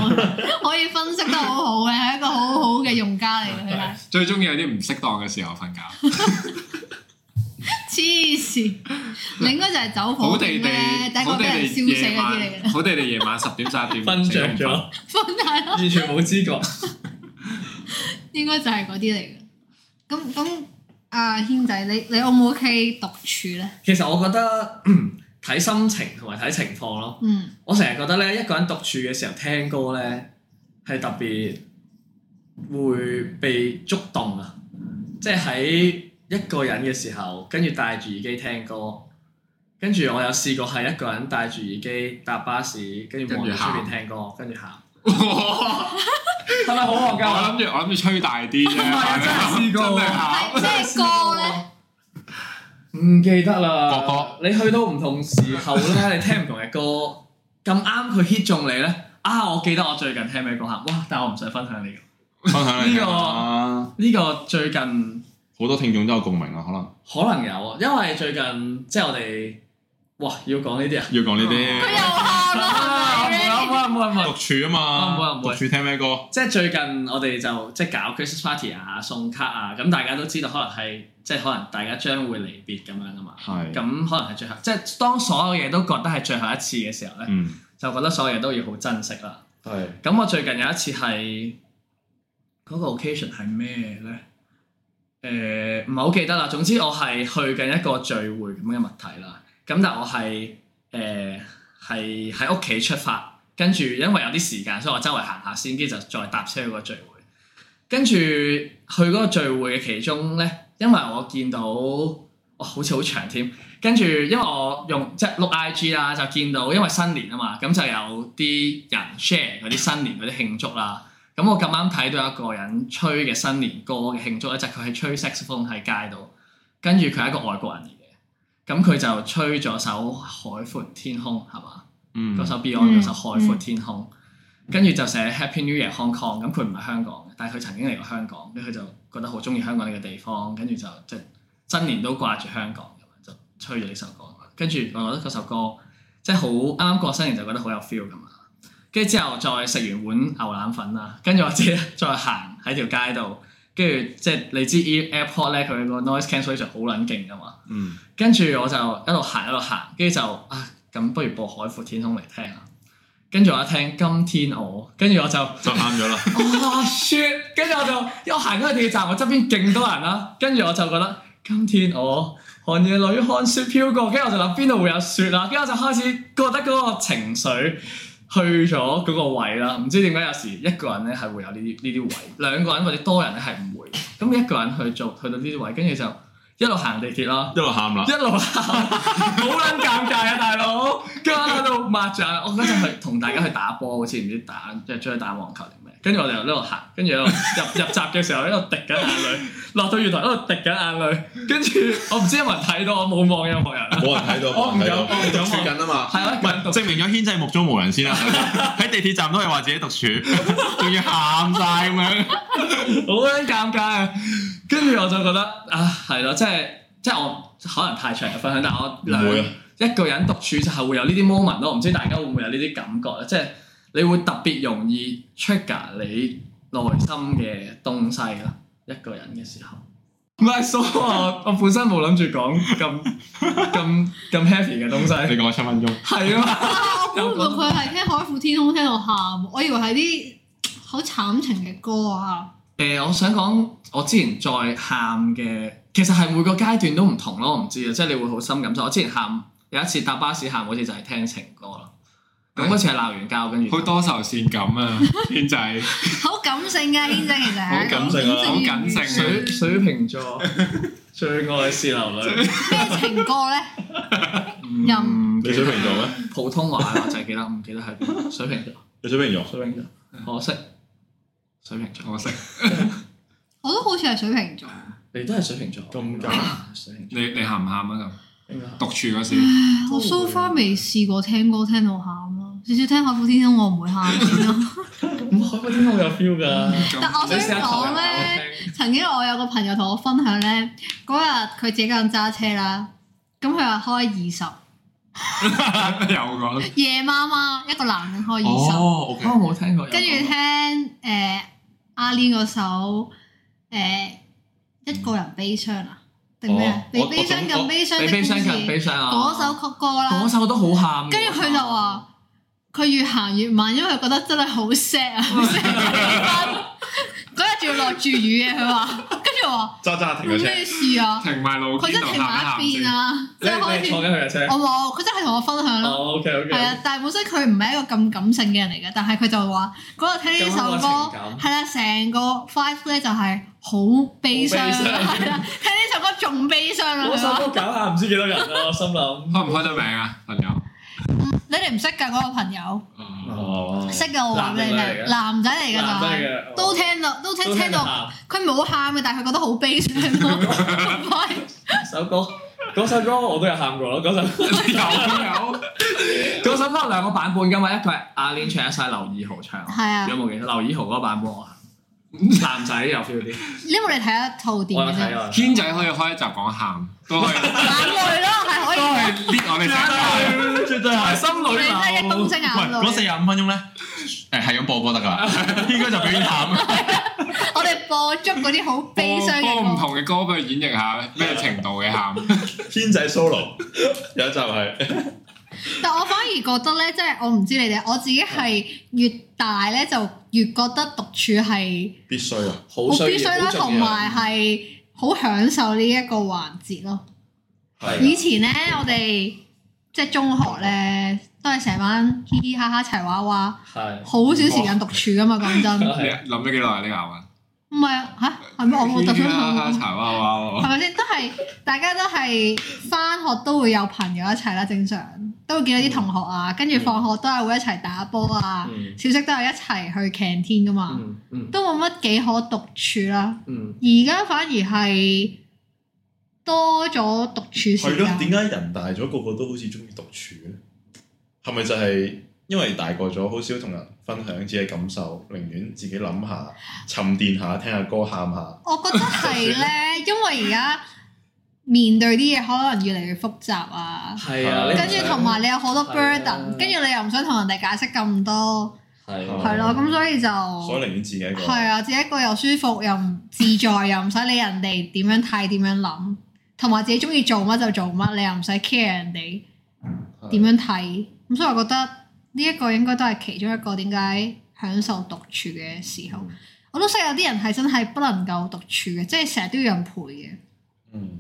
A: 可以分析得好好嘅，係一個好好嘅用家嚟嘅，佢係
B: 最中意有啲唔適當嘅時候瞓覺，
A: 黐線，你應該就係走
B: 好
A: 火
B: 地
A: 警
B: 地
A: 咧，第一個
B: 好
A: 俾人
B: 地
A: 燒死
B: 地
A: 嗰啲
B: 夜
A: 嚟
B: 晚，
A: *laughs* 嘅，
B: 好地地夜晚十點十一點
D: 瞓着
B: 醒都唔瞓
D: 咗，
A: 分大咯，
D: 完全冇知覺。 *laughs*
A: 應該就係嗰啲嚟嘅。咁咁，阿軒仔，你你 O 唔 OK 獨處咧？
D: 其實我覺得嗯睇心情同埋睇情況咯。
A: 嗯，
D: 我成日覺得咧，一個人獨處嘅時候聽歌咧，係特別會被觸動啊！即係喺一個人嘅時候，跟住戴住耳機聽歌，跟住我有試過係一個人戴住耳機搭巴士，跟住望住出邊聽歌，跟住喊，係咪好啊惡
B: 我諗住我諗住吹大啲啫，
D: 真係試過
B: 真係考
A: 係咩歌咧？
D: 唔記得啦。
E: 國
D: 你去到唔同時候咧，你聽唔同嘅歌，咁啱佢 hit 中你咧。啊！我記得我最近聽咩歌嚇，哇！但係我唔想分享你。
E: 分享嚟聽下
D: 呢
E: 好
D: 呢個最近
E: 多聽眾都有共鳴啊，可能
D: 可能有啊，因為最近即係我哋哇要講呢啲啊。
E: 要講呢
A: 佢又
E: 啲
A: 喊啦，係咪
D: 啊唔會唔會唔會唔會
E: 獨處啊
D: 啊唔會
E: 嘛，
D: 唔會
E: 獨處聽咩歌？
D: 即係最近我哋就即係搞 Christmas party 啊、送卡啊，咁大家都知道可能係即係可能大家將會離別咁樣啊嘛。咁
E: 係，
D: 可能係最後，即係當所有嘢都覺得係最後一次嘅時候咧，
E: 嗯，
D: 就覺得所有嘢都要好珍惜啦。
C: 係
D: 咁我最近有一次係嗰、個 occasion 係咩咧？誒唔係好記得啦。總之我係去緊一個聚會咁嘅物體啦。咁但係我係誒係喺屋企出發，跟住因為有啲時間，所以我周圍行下先，跟住就再搭車去個聚會。跟住去嗰個聚會嘅其中咧，因為我見到哇好似好長添。跟住，因為我用即係碌 IG 啦，就見到因為新年啊嘛，咁就有啲人 share 嗰啲新年嗰啲慶祝啦。咁我咁啱睇到有一個人吹嘅新年歌嘅慶祝咧，就係佢係吹 saxophone 喺街度，跟住佢係一個外國人嚟嘅，咁佢就吹咗首《海闊天空》係嘛？
E: 嗯
D: 嗰首 Beyond 嗰首
A: 嗯
D: 《海闊天空》，跟住就寫 Happy New Year Hong Kong。咁佢唔係香港嘅，但係佢曾經嚟過香港，跟住佢就覺得好中意香港呢個地方，跟住就即係新年都掛住香港咁樣，就吹咗呢首歌。跟住我覺得嗰首歌即係好啱啱過新年就覺得好有 feel 咁啊！跟住之後再食完碗牛腩粉啦，跟住我自己再行喺條街度，跟住即係你知 Air- AirPod 咧佢個 noise cancellation 好撚勁噶嘛。
E: 嗯，
D: 跟住我就一路行一路行，跟住就啊咁不如播《海闊天空》嚟聽啊！跟住我一聽今天我，跟住我就
E: 就喊咗啦， *laughs*
D: 啊 shit！跟住我就因為我行嗰個地鐵站，我側邊勁多人啦，跟住我就覺得今天我寒夜裏看雪飄過，跟住我就諗邊度會有雪啦，跟住我就開始覺得嗰個情緒去咗嗰個位啦。唔知點解有時一個人咧係會有呢啲呢啲位，兩個人或者多人咧係唔會。咁你一個人去做去到呢啲位，跟住就一路行地鐵啦。
E: 一路喊啦
D: 一， *laughs* 路喊，好撚尷尬啊，大佬！跟住我喺度抹著，我嗰陣去同大家去打波，好似唔知打即係出去打網球定咩？跟住我哋喺度行，跟住喺度 *laughs* 入入閘嘅時候喺度滴緊眼淚，落到月台喺度滴緊眼淚，跟住我唔知有冇人睇到，我冇望任何人啦。
E: 冇人睇到，
D: 我唔
E: 冇人睇
D: 敢
E: 到
D: 我唔敢
E: 獨處緊啊嘛。
D: 係
E: 唔係，
D: 咯，
E: 證明咗軒仔目中無人 *laughs* 先啦。喺地鐵站都係話自己獨 *laughs* 處，仲要喊晒咁樣。
D: 好撚尷尬啊！跟住我就覺得啊，係咯，即係即係我可能太長嘅分享，但係我兩
E: 唔會啊
D: 一一個人獨處就係會有呢啲 moment 咯。我唔知大家會唔會有呢啲感覺咧？即係你會特別容易 trigger 你內心嘅東西咯。一個人嘅時候，唔係所以我我本身冇諗住講咁咁咁 happy 嘅東
E: *laughs* 你
D: 西，
E: 講七分鐘，
D: 係啊，
A: *laughs* 我估唔到佢係聽《海闊天空》聽到喊，我以為係啲好慘情嘅歌啊。 *laughs*
D: 誒、我想講我之前再喊嘅，其實係每個階段都唔同咯。我唔知啊，即係你會好深感受。我之前喊有一次搭巴士喊嗰次就係聽情歌咯，咁嗰次係鬧完交跟住
B: 好多愁善
A: *laughs*
B: 感啊，天仔，
A: 好感性嘅軒仔其實，
B: 好感
C: 性啊
B: 好感性啊
D: 水水瓶座最愛是流淚，
A: 咩情歌咧？
D: 嗯
C: 你水瓶座咩？
D: 普通話我就係記得，唔記得係 *laughs* 邊水瓶座，
C: 你水瓶座
D: 水瓶座，可惜水瓶座，
B: 我識
A: 我都好似係水瓶座，
D: 你都係水瓶座，
C: 咁假
D: 假水瓶座
B: 你你喊唔喊啊
A: *laughs*
D: 應該
B: 咁？獨處嗰時，
A: 我 so far 未試過聽歌聽到喊咯，至少聽《海闊天空》我唔會喊先咯。
D: 唔開嗰天好有 feel 㗎，
A: 但
B: *laughs*
A: 我
D: 你
A: 想
D: 試下投入
A: 講咧。曾經我有個朋友同我分享咧，嗰日佢自己一個人揸車啦，咁佢話開二十，
B: 有講
A: 夜媽媽一個男人開二
E: 哦，OK，
D: 啊我冇聽過
A: 十，
D: 有
A: 跟住
D: 講過
A: 聽誒阿 Lin 嗰首誒一個人悲傷啊，定咩啊
E: 哦？
A: 你
E: 我
A: 悲傷
E: 我
A: 更悲傷
D: 你
A: 的
D: 悲
A: 故
D: 傷嘅悲
A: 事，
D: 傷啊！
A: 嗰首曲歌啦
D: 嗰。首都好喊㗎，
A: 跟住佢就話：佢越行越慢，因為佢覺得真係好 sad 啊好，sad 嘅氣
D: *laughs*
A: 氛。嗰日仲要落住雨嘅，佢話。跟住我話：
C: 揸揸停個車，
A: 咩事啊？
B: 停埋路
A: 佢
B: 邊
A: 真
B: 度
A: 係
B: 喊
A: 停
B: 一
A: 埋
B: 喊
A: 一邊
B: 先。
A: 啊！即
D: 你
A: 係開
D: 你坐
A: 始，
D: 緊佢嘅車。
A: 我冇，佢真係同我分享咯。
D: 哦，OK OK，
A: 係啊，但係本身佢唔係一個咁感性嘅人嚟嘅，但係佢就話嗰日聽呢首
D: 有嗰個情
A: 歌
D: 感
A: 係啦，成個 five 咧就係好悲傷，
D: 好悲傷
A: 係啦， *laughs* 聽呢首歌仲悲傷啦。
D: 嗰
A: 佢
D: 首
A: 話
D: 歌搞下唔知幾多人啊，我心諗。
B: 開唔開得名啊，
A: *laughs*
B: 朋友？
A: 嗯你哋唔識㗎嗰個朋友，
C: 哦，
A: 識嘅我話俾你
D: 男定
A: 聽，
D: 女嚟㗎
A: 男仔嚟㗎
D: 男
A: 就
D: 仔
A: 係。
D: 嘅
A: 都聽到，都聽聽到，
D: 到
A: 佢冇喊嘅，但係佢覺得好悲傷咯。 *laughs*
D: 首歌，嗰首歌我都有喊過咯。嗰首
B: 有有，
D: 嗰首歌有兩個版本噶嘛，一個係阿 Lin 唱，一首係劉以豪唱。
A: 係啊
D: 如果冇記錯，劉以豪嗰個版本我喊，男仔有 feel 啲。
A: 因為你睇一套電
D: 我有
A: 影，
D: 睇
A: 眼
D: 啊。
B: 軒仔可以開一集講喊，都係
A: 淚咯係可
B: 都
A: 以嘅，
B: 係 lift 我哋成日
D: 絕對係心裏
A: 你睇一公
D: 流。
A: 升眼
E: 喂，嗰四
A: 淚。
E: 十五分鐘咧，誒係咁播歌得㗎啦， *laughs* 應該就表演喊。 *laughs*
A: 我哋播足嗰啲好悲傷嘅
B: 播播唔
A: 歌，
B: 同嘅歌俾佢演繹下咩程度嘅喊。
C: 天仔 solo 有一集係
A: 但我反而覺得咧，即係我唔知你哋，我自己係越大咧就越覺得獨處係
C: 必須啊，
D: 好
A: 好
D: 衰
A: 必須啦，同埋係好享受呢一個環節咯。以
C: 係
A: 前咧，我哋即係中學咧，都係成班嘻嘻哈哈齊娃娃。
D: 係
A: 好少時間獨處噶嘛，講真。
B: 你諗咗幾耐啊？呢個啊？
A: 唔係啊吓，係咩？我冇特登
B: 啦，
A: 諗
B: 柴娃娃
A: 係
B: 喎。
A: 咪先？都係大家都係翻學都會有朋友一齊啦，正常都會見到啲同學啊，跟住放學都係會一齊打波啊，
D: 嗯
A: 小息都係一齊去 canteen 噶嘛，
D: 嗯嗯
A: 都冇乜幾可獨處啦。
D: 嗯，
A: 而家反而係多咗獨處
C: 係
A: 時
C: 咯，點
A: 間，
C: 解人大咗個個都好似中意獨處咧？係咪就係因為大個咗，好少同人分享自己嘅感受，寧願自己諗下、沉澱下、聽下歌、喊下。
A: 我覺得
C: *laughs*
A: 係咧，因為而家面對啲嘢可能越嚟越複雜啊。
D: 係啊。你唔
A: 跟住同埋你有好多
D: 係啊
A: burden，跟住你又唔想同人哋解釋咁多，
D: 係
C: 哦
A: 係咯，咁所以就
C: 所以寧願自己一個。
A: 哦係啊，自己一個又舒服又唔自在，又唔使理人哋點樣睇點樣諗，同埋自己中意做乜就做乜，你又唔使 care 人哋
C: 係
A: 點樣睇，咁所以我覺得呢一個應該都係其中一個點解享受獨處嘅時
C: 嗯
A: 候。我都識有啲人係真係不能夠獨處嘅，即係成日都要有人陪嘅。
C: 嗯，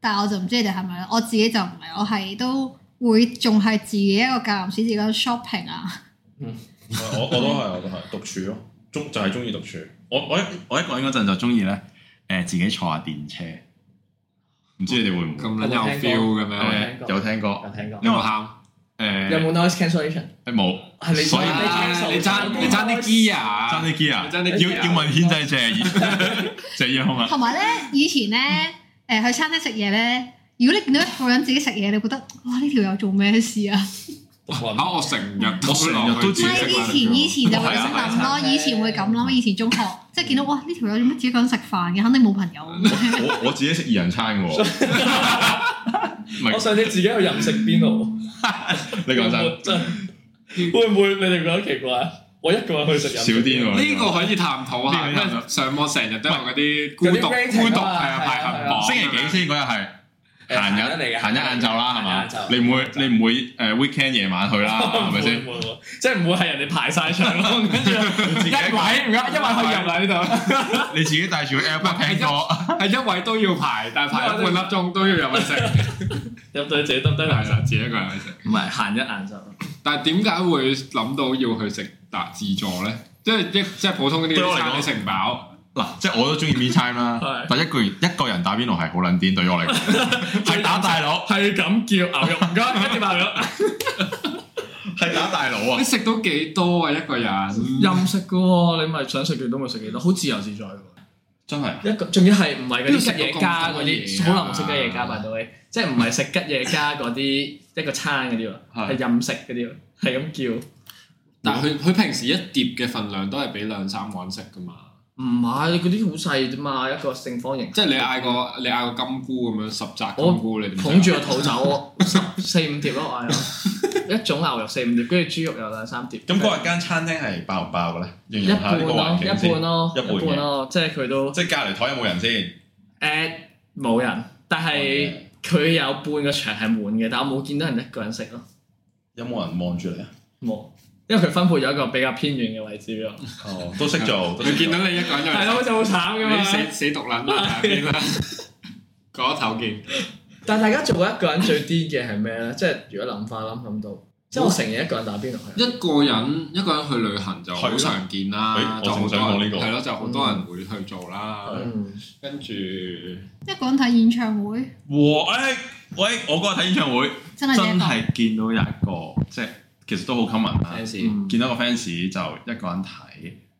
A: 但係我就唔知你哋係咪啦。我自己就唔係，我係都會仲係自己一個教臨時自己 shopping 啊。
C: 我我都係，我都係獨處咯，中就係中意獨處。
E: 我我一我一個人嗰陣就中意咧，誒自己坐下電車，唔知你哋會唔會？
B: 咁撚有 feel 嘅咩？
D: 係
E: 誒有聽過
D: 有聽過
B: 你。有冇喊？
D: 有
E: 誒
D: 冇 noise cancellation？
E: 冇，
D: 係你
E: 所以
B: 啊你爭你爭啲 gear
E: 爭
B: 啊！
E: 啲 gear 啊
B: 爭啲 gear
E: 要要問軒仔借耳 *laughs* 借
A: *laughs*
E: 耳孔啊！
A: 同埋咧，以前咧，誒、
E: 嗯
A: 去餐廳食嘢咧，如果你見到一個人自己食嘢，你覺得哇呢條友做咩事啊？
B: 嚇我成日
E: 我成日都
A: 唔
E: 自己
A: 係
E: 食
A: 以
E: 飯
A: 前以前就會
E: 係
A: 咁
E: 啊
A: 諗咯，以前會咁諗，以前中學即係見到哇呢條友做乜自
E: 啊
A: 己一個人食飯嘅，肯定冇朋友。
E: 我我自己食二人餐嘅喎，唔係
F: 我上次自己去任食邊爐，
E: 你講真，
F: 真會唔會你哋覺得奇怪啊？我一個人去食任
E: 少
F: 食
E: 啲
F: 邊
E: 喎。
B: 呢個可以探討下，
E: 呢
B: 因
E: 個可以探
B: 為上網成日都有嗰啲孤獨
F: 嗰啲 rating
B: 孤獨
F: 啊
B: 係啊
F: 係啊
B: 排行榜，
E: 星期幾先嗰日係
F: 誒
E: 閒
F: 閒日嚟
E: 日
F: 嘅
E: 閒日晏晝啦，係嘛
F: 閒日晏晝？
E: 你唔會你唔會誒 weekend 夜晚去啦，係咪先？
F: 唔會唔會唔會即係唔會係人哋排晒場咯，跟住
E: 自己
F: 一位唔該，一位可以入嚟呢度，
E: *laughs* 你自己帶住個 app 聽歌，
B: 係一位都要排，但係排咗半粒鐘都要入去食，
F: 入到去自己耷低埋
B: 係啦
F: 手，
B: 自己一個人去食。
D: 唔係閒一晏晝。
B: 但係點解會諗到要去食達自助咧？即係一即係普通呢
E: 對我
B: 啲
E: 嚟
B: 餐
E: 講
B: 你食唔飽，
E: 嗱，即係我都中意 me time 啦
F: 係，
E: 但一個人一個人打邊爐係好撚癲，對於我嚟講 *laughs* 係打大佬，
F: 係咁叫牛肉唔該，一碟牛肉。
E: 係打大佬啊
B: 你！食到幾多啊一個人？
D: 任食嘅喎，你咪想食幾多咪食幾多，好自由自在嘅喎。
E: 真係
D: 一個仲要係唔係嗰
B: 邊度
D: 啲
B: 食
D: 吉
B: 到
D: 野家嗰
B: 咁多嘢
D: 啲，
B: 啊
D: 好耐冇食吉野家吧到你，即係唔係食吉野家嗰啲一個餐嗰啲喎，
E: 係
D: 係任食嗰啲喎，係咁叫。
B: 但係佢佢平時一碟嘅份量都係俾兩三個人食噶嘛。
D: 唔係嗰啲好細啫嘛，一個正方
C: *laughs*
D: 形。
B: 即係你嗌個你嗌個金菇咁樣十隻
D: 我
B: 金菇，你點食啊
D: 捧住個肚走，十四五碟咯，我嗌咯一種牛肉四五碟，跟住豬肉有兩三碟。
C: 咁嗰日間餐廳係爆唔爆嘅咧？形
D: 一
C: 容下
D: 半
C: 呢個
D: 咯，
C: 環
D: 一
C: 境先，
D: 半咯，
C: 一半
D: 一半咯，即係佢都
E: 即係隔離台有冇人先？
D: 誒冇人，但
C: 哦
D: 係佢有半個場係滿嘅，但我冇見到人一個人食咯。
C: 有冇人望住你啊？
D: 冇，因為佢分配咗一個比較偏遠嘅位置俾我。
C: 哦，都識
E: *laughs*
C: 做，都
B: 佢
C: 識
B: 見
C: 做
B: 到你一個人就
D: 係咯，就好慘噶
B: 你
D: 嘛。
B: 死死毒撚啦，喺邊啦？嗰頭見，
D: 但係大家做過一個人最癲嘅係咩咧？即係如果諗翻諗諗到，即係我啊成日一個人打邊爐去。
B: 一個人一個人去旅行就好常見啦，
C: 係咯
B: 就好多
C: 我正想講
B: 人
C: 呢個
B: 係咯，就好多人會去做啦。
D: 嗯，
B: 跟住
A: 一個人睇演唱會
E: 哇！誒，喂，我嗰日睇演唱會
A: 真係呢
E: 真
A: 一個
E: 係見到有一個，即係其實都好 common 啦。
B: fans，
D: 嗯
E: 見到個 fans 就一個人睇，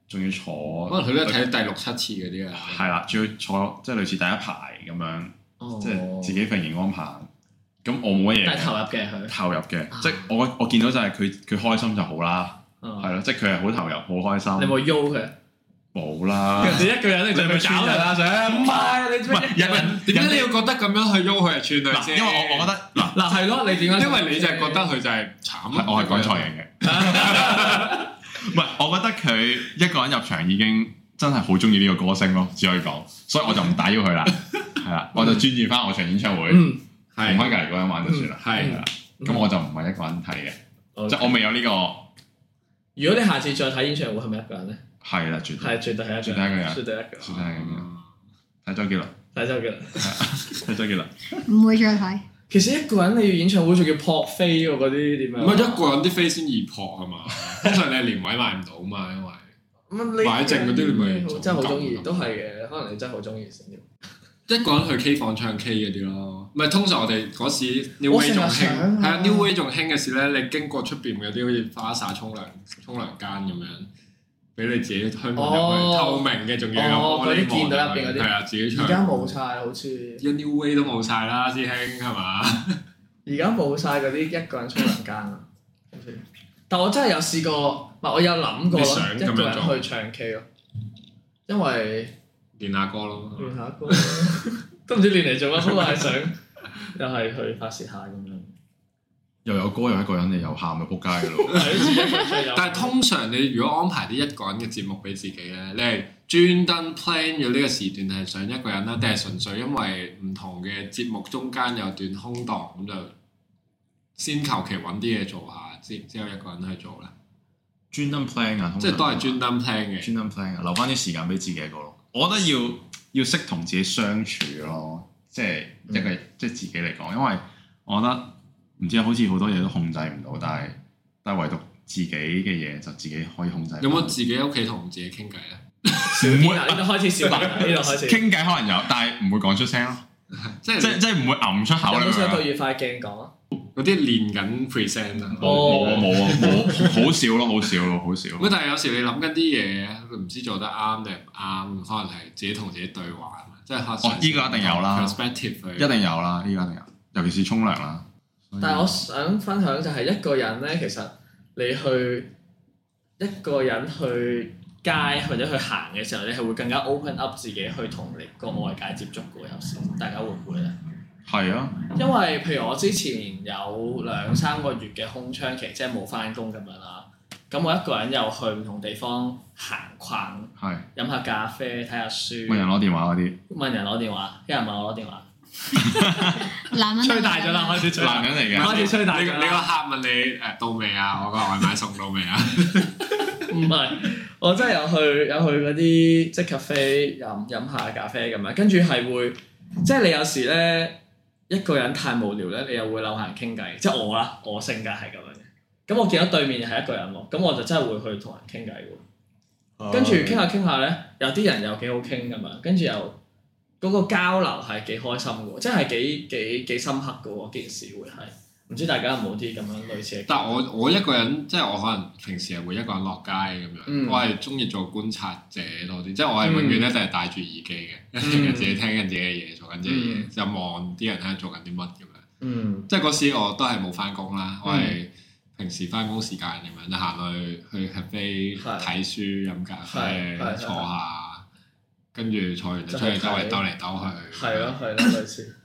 E: 仲要坐，
B: 可能佢都係睇第六七次嗰啲啊。
E: 係啦，仲要坐即係類似第一排咁樣，
D: 哦
E: 即係自己揈熒光棒。咁我冇乜嘢
D: 但係投
E: 嘅
D: 入嘅佢。
E: 投入嘅
D: 啊，
E: 即係我我見到就係佢佢開心就好啦，
F: 啊
D: 嗯
E: 係咯，即係佢係好投入，好開
D: 你有
E: 心。
D: 冇喐佢？
E: 冇啦，
D: 人哋一個人啊你
E: 你
D: 就
E: 咪搞人啦，想
D: 唔係你
E: 唔係
D: 一
E: 有
D: 個人。
E: 人
B: 點解你要覺得咁樣去喐佢係串佢
E: 嗱？
B: 先？
E: 因為我我覺得嗱，
D: 嗱係咯，你點解？
B: 因為你就係覺得佢就係慘啊。
E: 係嗯我係講錯嘢嘅， *laughs* 唔係我覺得佢一個人入場已經真係好中意呢個歌星咯，只可以講，所以我就唔打擾佢 *laughs* 啦，係啦，我就專注翻我場演唱會，同
D: 嗯
E: 翻
B: 係
E: 隔離嗰個人玩就算啦，
B: 係
E: 嗯係嗯啦，咁我就唔係一個人睇嘅，即係我
D: 我
E: 未有呢個
D: 如果你下次再睇演唱會，係咪一個人咧？
E: 係啦，絕對
D: 係絕對係一
E: 絕對
D: 個
E: 一個
D: 人，
E: 人
D: 絕對一個人。
E: 絕對係咁樣。睇周杰倫，
D: 睇周杰倫。
E: 睇周杰倫，
A: 唔會再睇，
D: 其實一個人你要演唱會仲要撲飛喎，嗰啲點樣？
B: 唔係一個人啲飛先易撲係啊嘛？通常你係連位買唔到嘛，因為。
D: 咁啊
B: 買剩嗰啲你咪
D: 好真係好中意，都係嘅。可能你真係好中意先要。
B: 一個人去 K 房唱 K 嗰啲咯，唔係通常我哋嗰時 New
D: 我
B: Way
D: 成日
B: 仲
D: 想啊
B: 興，係啊 New Way 仲興嘅時咧，你經過出邊有啲好似花灑沖涼沖涼間咁樣，俾你自己推門入去，
D: 哦
B: 透明嘅仲要有
D: 哦
B: 玻璃
D: 嗰啲見到
B: 望
D: 入邊嗰啲
B: 係啊，自己唱。
D: 而家冇晒，好似
B: 而家 New Way 都冇晒啦，師兄係嘛？
D: 而家冇晒嗰啲一個人沖涼間啦。好似但我真係有試過，唔係我有諗過
B: 你想咁樣
D: 一個人
B: 做
D: 去唱 K 咯，因為
B: *laughs* 練下歌咯，
D: 練下
B: *laughs*
D: 歌都唔知練嚟做乜，不過係想又係去發泄下咁樣。
E: 又有歌又一個人，你又喊就仆街噶 *laughs* 咯。
B: 但係通常你如果安排啲一個人嘅節目俾自己咧，你係專登 plan 咗呢個時段係想一個人啦，定係純粹因為唔同嘅節目中間有段空檔咁就先求其揾啲嘢做下，之之後一個人去做咧，
E: 專登 plan 啊，通常
B: 即係都係專登 plan 嘅。
E: 專登 plan 啊，留翻啲時間俾自己一個咯。我覺得要要識同自己相處咯，即係一個、即係自己嚟講，因為我覺得唔知好似好多嘢都控制唔到，但係但係唯獨自己嘅嘢就自己可以控制。
B: 有冇自己喺屋企同自己傾偈啊咧？
E: 唔會
D: 嗱呢度開始笑啦，呢度開始。
E: 傾偈？可能有，但係唔會講出聲咯，
B: 即
E: 即係
B: 係
E: 即係唔會揞出口
D: 有
E: 你明唔
D: 冇
E: 明
D: 想
E: 啊
D: 對住塊鏡講啊？
B: 嗰啲練緊 present 啊。
D: 哦
E: 冇啊冇啊冇，好少咯，好少咯，好少。
B: 咁但係有時你諗緊啲嘢，唔知做得啱定唔啱，可能係自己同自己對話，啊即係可能
E: 哦依個一定有啦
B: perspective 去
E: 一定有啦，呢個一定有，尤其是沖涼啦。
D: 但係
E: 嗯
D: 我想分享就係一個人咧，其實你去一個人去街或者去行嘅時候，你係會更加 open up 自己去同你個外界接觸嘅。有時大家會唔會咧？
E: 係啊，
F: 因為譬如我之前有兩三個月嘅空窗期，即係冇翻工咁樣啦。咁我一個人又去唔同地方行逛，
E: 係
F: 飲下咖啡，睇下
E: 問人
F: 書，
E: 攞電話嗰啲，
F: 問人攞電話，有人問我攞電話，
A: 男人
F: 吹大咗啦，開始吹
E: 男人嚟
F: 開
E: 嘅，
F: 始吹大
B: 你
F: 咗
B: 個
F: 啦
B: 你個客問你誒到未啊？我個外賣送到未啊？
E: *laughs*
F: 唔係，
B: *laughs*
F: 我真係有去有去嗰啲即係 cafe 飲飲下咖啡咁樣，跟住係會即係你有時咧一個人太無聊咧，你又會諗下人傾偈，即係我啦，我性格係咁樣嘅。咁我見到對面係一個人喎，咁我就真係會去同人傾偈喎。
B: 哦
F: 跟住傾下傾下咧，有啲人又幾好傾咁樣，跟住又嗰、個交流係幾開心嘅喎，即係幾幾幾深刻嘅喎，件事會係。唔知大家有冇啲咁樣類似嘅？
B: 但我我一個人，即係我可能平時係會一個人落街咁樣，
F: 嗯
B: 我係中意做觀察者多啲，即係我係永遠
E: 嗯
B: 咧都係戴住耳機嘅，
F: 嗯
B: 自己聽緊自己嘅嘢，做緊自己
E: 嗯
B: 嘅嘢，就望啲人喺度做緊啲乜咁樣。
F: 嗯
B: 即係嗰時我都係冇翻工啦，我係平時翻工時間咁樣就行去去 cafe
F: 係
B: 睇書飲咖啡
F: 係係係
B: 坐下，跟住坐完就出去周圍兜嚟兜去。
F: 係咯，係咯，類似。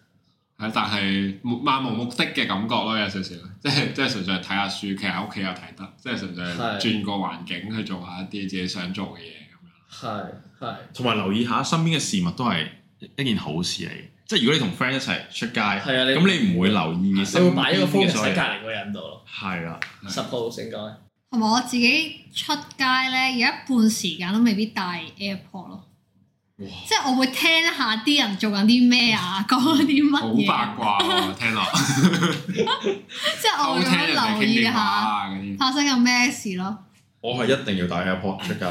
B: 係，但係冇漫無目的嘅感覺咯，有少 *laughs* 少，即係即係純粹係睇下書，其實喺屋企又睇得，即係純粹係
F: 係
B: 轉個環境去做下一啲自己想做嘅嘢咁
F: 係係
E: 同埋留意下身邊嘅事物都係一件好事嚟嘅，即係如果你同 friend 一齊出街，
F: 係啊，你
E: 咁你唔會留意
F: 你
E: 身
F: 會
E: 邊
F: 擺一個
E: 嘅
F: focus
E: 所
F: 喺
E: 謂
F: 隔，離嗰個人度咯
E: 係啦，
B: 係
F: ，suppose 應該
A: 同埋我自己出街咧，有一半時間都未必帶 AirPod 咯。即係我會聽下啲人做緊啲咩啊，講緊啲乜
B: 樣，好八
A: 嘢，
B: 卦喎，
A: *laughs*
B: 聽落
A: 即係我
B: 偷
A: 會
B: 聽
A: 咁
B: 人哋
A: 樣
B: 傾
A: 留意
B: 電話
A: 下
B: 啊嗰啲。
A: 發生緊咩事咯。
D: 我係一定要戴 AirPod 出街，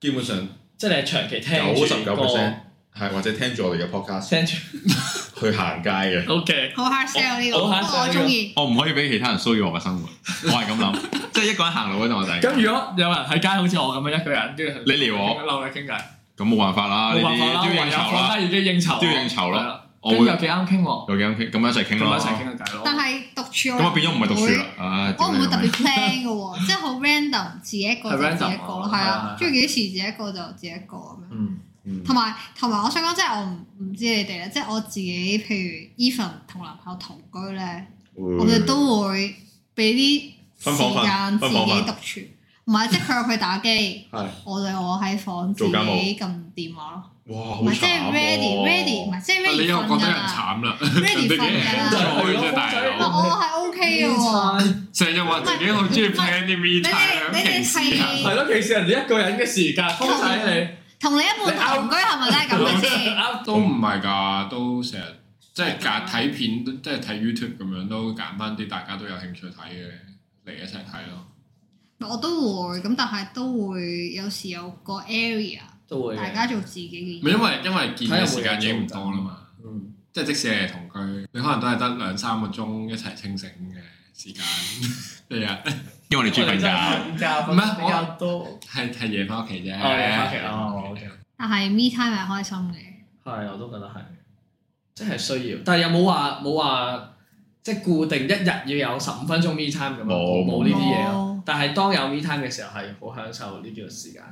D: 基本上
F: 即係你係長期聽
D: 九十
F: 住
D: 九
F: 個
D: percent 係或者聽住我哋嘅 podcast
F: 聽住
D: 去行街嘅。
F: OK
A: 好 hard sell 呢個，
F: 嗯好
A: 不
F: hard
A: 過
F: sell
A: 我
F: 呢個
A: 中意。
E: 我唔可以俾其他人騷擾我嘅生活，我係咁
F: *laughs*
E: 諗，即係一個人行路嗰陣我就係
F: 咁如果有人喺街好似我咁樣一個人，跟住
E: 你撩我，
F: 嬲你傾偈，
E: 咁冇辦法啦，呢
F: 冇辦法
E: 啲
F: 啦，
E: 都
F: 唯
E: 要
F: 有
E: 應酬
F: 放
E: 啦，
F: 低自己應酬，啊
E: 都要應酬
F: 係
E: 啦，
F: 啦。
E: 我
F: 跟住
E: 會
F: 又幾啱傾喎，
E: 有幾咁傾，咁一齊傾
F: 咁
E: 咯
F: 一，齊傾下偈咯。
A: 但係獨處
E: 咁啊變咗唔係讀書啦，唉，
A: 我
E: 屌
A: 唔
E: 你
A: 會
E: 老
A: 特
E: 味
A: 別 plan 嘅喎，即係好 random，自己一個就
F: 係
A: 自己
F: random
A: 一個咯，
F: 啊
A: 係啊，
F: 係係
A: 中意幾時自己一個就自己一個咁樣。
D: 嗯嗯，
A: 同埋同埋，我想講即係我唔唔知你哋啦，即係我自己，譬如 even 同男朋友同居咧，我哋都會俾啲
D: 分房
A: 時間自
D: 瞓分
A: 己
D: 房
A: 獨處，唔係即係佢入去打機，
D: 係
A: 我哋我喺房自
D: 做
A: 己
D: 家務
A: 撳電話咯，
D: 哇，好
A: 唔係即係
D: 慘
A: ready
D: 喎
A: ready，唔係即係
B: 啊你
A: ready
B: 又
A: 瞓
B: 覺得
A: 㗎
B: 人
A: 啦
B: 慘啦，
A: ，ready
B: *laughs*
A: 瞓 *laughs* 㗎啦，
B: 真係大佬
A: 我我哦係 OK 嘅喎。
B: 成日話自己好中意 plan 啲 me
A: 你哋
B: time
A: 你
B: 平
A: 哋
B: 時
A: 係
F: 係咯，其實人哋一個人嘅時間，通常你
A: 同你一半同居係咪都係咁嘅先？
F: 啱
B: 都唔係㗎，都成日即係揀睇片，即係睇 YouTube 咁樣都揀翻啲大家都有興趣睇嘅嚟一齊睇咯。
A: 我都會咁，但係都會有時有個 area，
F: 都會嘅
A: 大家做自己嘅
B: 唔係
A: 嘢。
B: 因為因為見嘅時間已經唔多啦嘛，
F: 嗯
B: 即係即使係同居，你可能都係得兩三個鐘一齊清醒嘅時間， *laughs* 一日
E: 因為你中意瞓覺，
F: 瞓覺
B: 唔係
F: 比較多。
B: 係係夜翻屋企啫。
F: 哦夜返屋企哦，OK
A: 但係 me time 係開心嘅，
F: 係，我都覺得係，即係需要。但係有冇話冇話，即係固定一日要有十五分鐘 me time 咁啊
D: 冇
F: 冇呢啲嘢啊咯。
A: 冇
F: 但係當有 me time 嘅時候，係好享受呢段時間。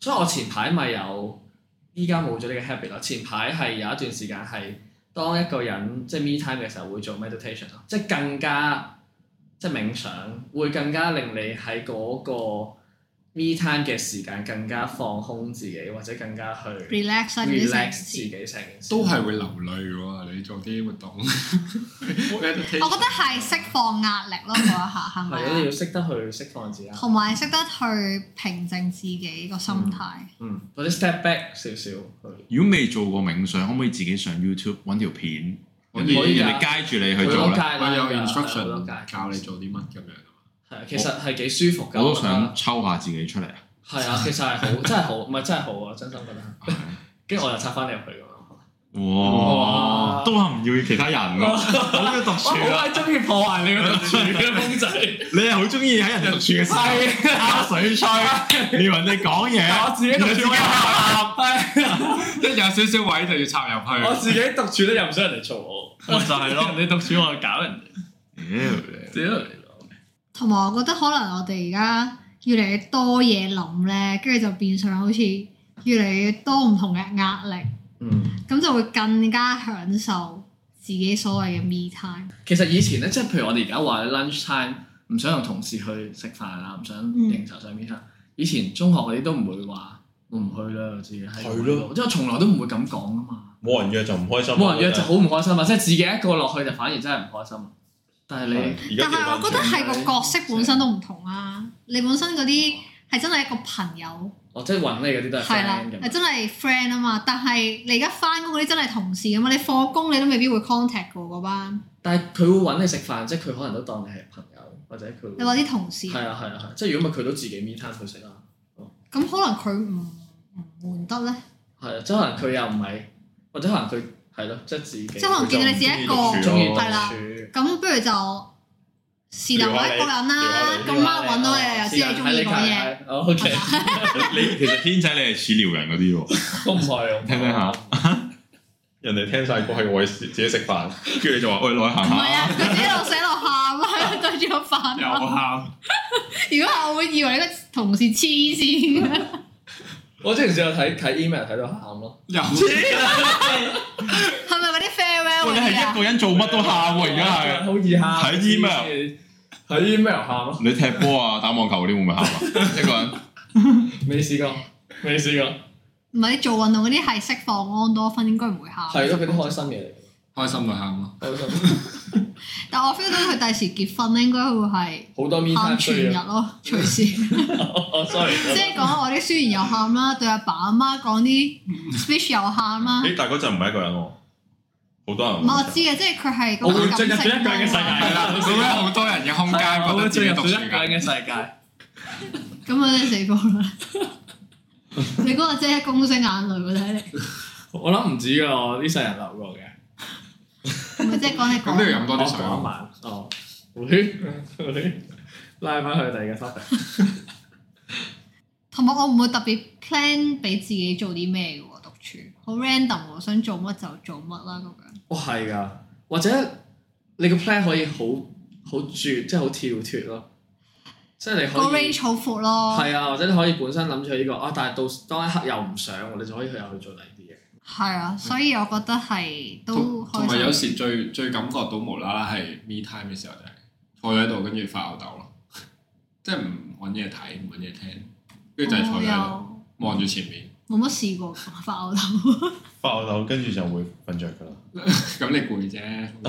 F: 所以我前排咪有，依家冇咗呢個 habit 啦。前排係有一段時間係當一個人即係 me time 嘅時候會做 meditation 咯，即係更加即係冥想，會更加令你喺嗰個 me time 嘅時間更加放空自己，或者更加去
A: relax 啊，做啲成件
F: relax 自
A: 事。
F: 己成件事。啊
B: 都係會流淚喎，你做啲活動， *laughs*
A: 我覺得係釋放壓力咯，嗰一下係
F: 係咯，你
A: 咪
F: 要
A: 啊？
F: 識得去釋放自己。啊
A: 同埋識得去平靜自己個心態。
F: 嗯，或者 step back 少少去。
E: 如果未做過冥想，可唔可以自己上 YouTube 揾條片，
B: 可
E: 人
B: 以
E: 哋
F: 㗎
E: 人哋街住你去
F: 去
E: 做
F: 到街
E: 咧？
F: 啦，
B: 我有
F: 係好多街
B: instruction 教你做啲乜咁樣。啊
F: 係其實係幾舒服㗎。
E: 我都
F: 覺得
E: 想抽下自己出嚟。
F: 係啊，其實係好，真係好，唔係真係好啊，真心覺得。
C: *laughs*
F: 跟住我又插翻你入去咁樣。
E: 哇
F: 哇！
E: 都話唔要其他人喎，好嘅獨處
C: *laughs*
F: 我
E: 啦。
F: 好中意破壞你個獨處嘅風仔，
E: 你係好中意喺人哋獨處嘅時候打
C: *laughs*
E: 水吹，你要人哋講嘢，
F: *laughs* 我自己獨處
B: 一有少少位就要插入去，
F: 我自己獨處都又唔想人哋嘈我，
E: *laughs* 咪就係咯。
F: *laughs* 人哋獨處我又搞人哋，
E: 屌
F: 屌
A: 同埋我覺得可能我哋而家越嚟越多嘢諗咧，跟住就變相好似越嚟越多唔同嘅壓力。
F: 嗯，
A: 咁就會更加享受自自己所謂嘅 me time。
D: 其實以前咧，即係譬如我哋而家話 lunch time 唔想同同事去食飯啊，唔
A: 嗯
D: 想應酬上面啊。以前中學嗰啲都唔會話我唔去啦，自己喺度
C: 係咯，
D: 即係我從來都唔會咁講啊嘛。
C: 冇人約就唔開心啊。
D: 冇人約就好唔開心啊！即係自己一個落去就反而真係唔開心啊。但係
C: 係。而
D: 你
C: 家
A: 但係我覺得
C: 調
A: 係個角色本身都唔同啊！你本身嗰啲係真係一個朋友，
D: 我即係揾你嗰啲都係
A: 係啦
D: friend，
A: 係
D: 咁，
A: 真係 friend 啊嘛。但係你而家翻工嗰啲真係同事啊嘛，你放工你都未必會 contact 過嗰班，
D: 但係佢會揾你食飯，即係佢可能都當你係朋友，或者佢
A: 你話啲同事，咁
D: 係啊係啊係，即係如果咪佢都自己 me time 去食啦。
A: 可能佢唔唔換得咧，
D: 係啊，即係可能佢又唔係，或者可能佢係咯，即係自己
A: 即係可能見到你自己一個。
C: 佢就
D: 中意
A: 係啦
D: 獨處
A: 咁不如就是但揾一個人啦，咁啱揾到
F: 哦
A: 你又知你中意講嘢，
D: 哦，OK，
E: 你其實軒仔你係似撩人嗰啲喎，
F: 都唔係啊，
E: 聽聽下，
C: 人哋聽晒歌係我自己食飯，
E: 跟住你就話喂落去行
A: 唔係
E: 下，
A: 啊，佢自己一路寫落喊啦，對住個飯
E: 又
A: 盒。
E: 喊，
A: 如果係我會以為你個同事黐線，
D: 我之前試過睇睇 email 睇到喊咯，
B: 又
A: 係咪嗰啲 farewell
E: 喂你
A: 嗰啲
E: 係一
A: 啊？
E: 個人做乜都喊喎，而家係。
D: 好易喊，
E: 睇 email
D: 睇 email 喊咯，
E: 你踢波啊、打網球嗰啲會 *laughs* 唔會喊啊？一個人
D: 未試過。
F: 未試過。
A: 唔係你做運動嗰啲係釋放安多酚，應該唔會喊。
D: 係咯，佢啲開心嘢嚟
B: 開心到喊咯，
D: 嘅，開心
A: 但我 feel 到佢第時結婚咧，應該會
D: 好多 me
A: 係
D: time
A: 喊啊
D: 需
A: 全
D: *laughs* 要。
A: 日咯，隨時。即
F: 哦，sorry，
A: 係講我啲宣言又喊啦，對阿爸阿媽講啲 speech 又喊
E: *laughs*
A: 啦。
C: *laughs* 誒但係嗰陣唔係一個人喎，好多人
A: 唔
C: 喎。
A: 係
E: 啊
A: 我知嘅，即係佢係
F: 我會
A: 咁
F: 進入咗一個人嘅世
B: 係
F: 界
B: 啦， *laughs* 咁樣好多人嘅空間
F: 啊
B: 覺得自己獨處㗎。
D: 嘅世界。
A: 咁我真係死過啦！你嗰個真係一公升眼淚喎，睇你
D: 我諗唔止㗎，我呢世人流過嘅。
A: 唔係即係講你
B: 咁都要
A: 講。
B: 飲
D: 我
B: 多啲水
D: 講一
B: 咯。
D: 晚，哦，會會拉翻去第二個 topic。
A: 同埋我唔會特別 plan 俾自己做啲咩嘅喎，獨處好 random 喎，想做乜就做乜啦咁樣。
D: 哦，係㗎，或者你個 plan 可以好好絕，即係好跳脱咯。即係你
A: 個
D: 可以
A: range 好闊咯，
D: 係啊，或者你可以本身諗住去呢個啊，但係到當一刻又唔想喎，你就可以去又去做第二啲嘢。
A: 係啊，所以我覺得係都
B: 同同埋
A: 開
B: 有
A: 心。
B: 時最最感覺到無啦啦係 me time 嘅時候就係坐咗喺度，跟住發吽豆咯， *laughs* 即係唔揾嘢睇，唔揾嘢聽，跟住就係坐
A: 我
B: 咗喺度
A: 又
B: 望住前面。
A: 冇乜試過發吽豆，
C: 發吽豆，跟住就會瞓着㗎啦。
B: 咁你攰啫，
A: *laughs*
B: 好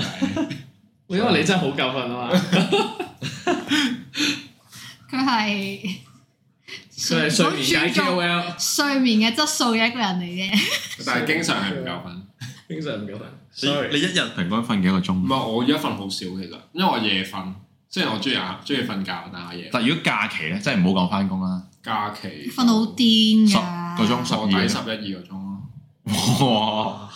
B: 睇
D: 因為你真係好夠瞓啊 *laughs* 嘛，
A: *laughs* 佢係
D: 佢係睡眠界
A: 好注
F: 啊
A: 重
D: KOL，
A: 睡眠嘅質素嘅一個人嚟嘅。
B: 但係經常係唔夠瞓。
D: 經常唔夠瞓。
E: 你你一日平均瞓幾個
B: 唔
E: 鐘？
B: 係我而家瞓好少其實，因為我夜瞓，雖然我中意晏中意瞓覺，但係我夜
E: 但如果假期咧，真係唔好講翻工
C: *laughs*
E: 啦，
B: 假期
A: 瞓到好癲㗎，
E: 十個鐘
B: 坐底十一二個鐘咯。
E: 哇！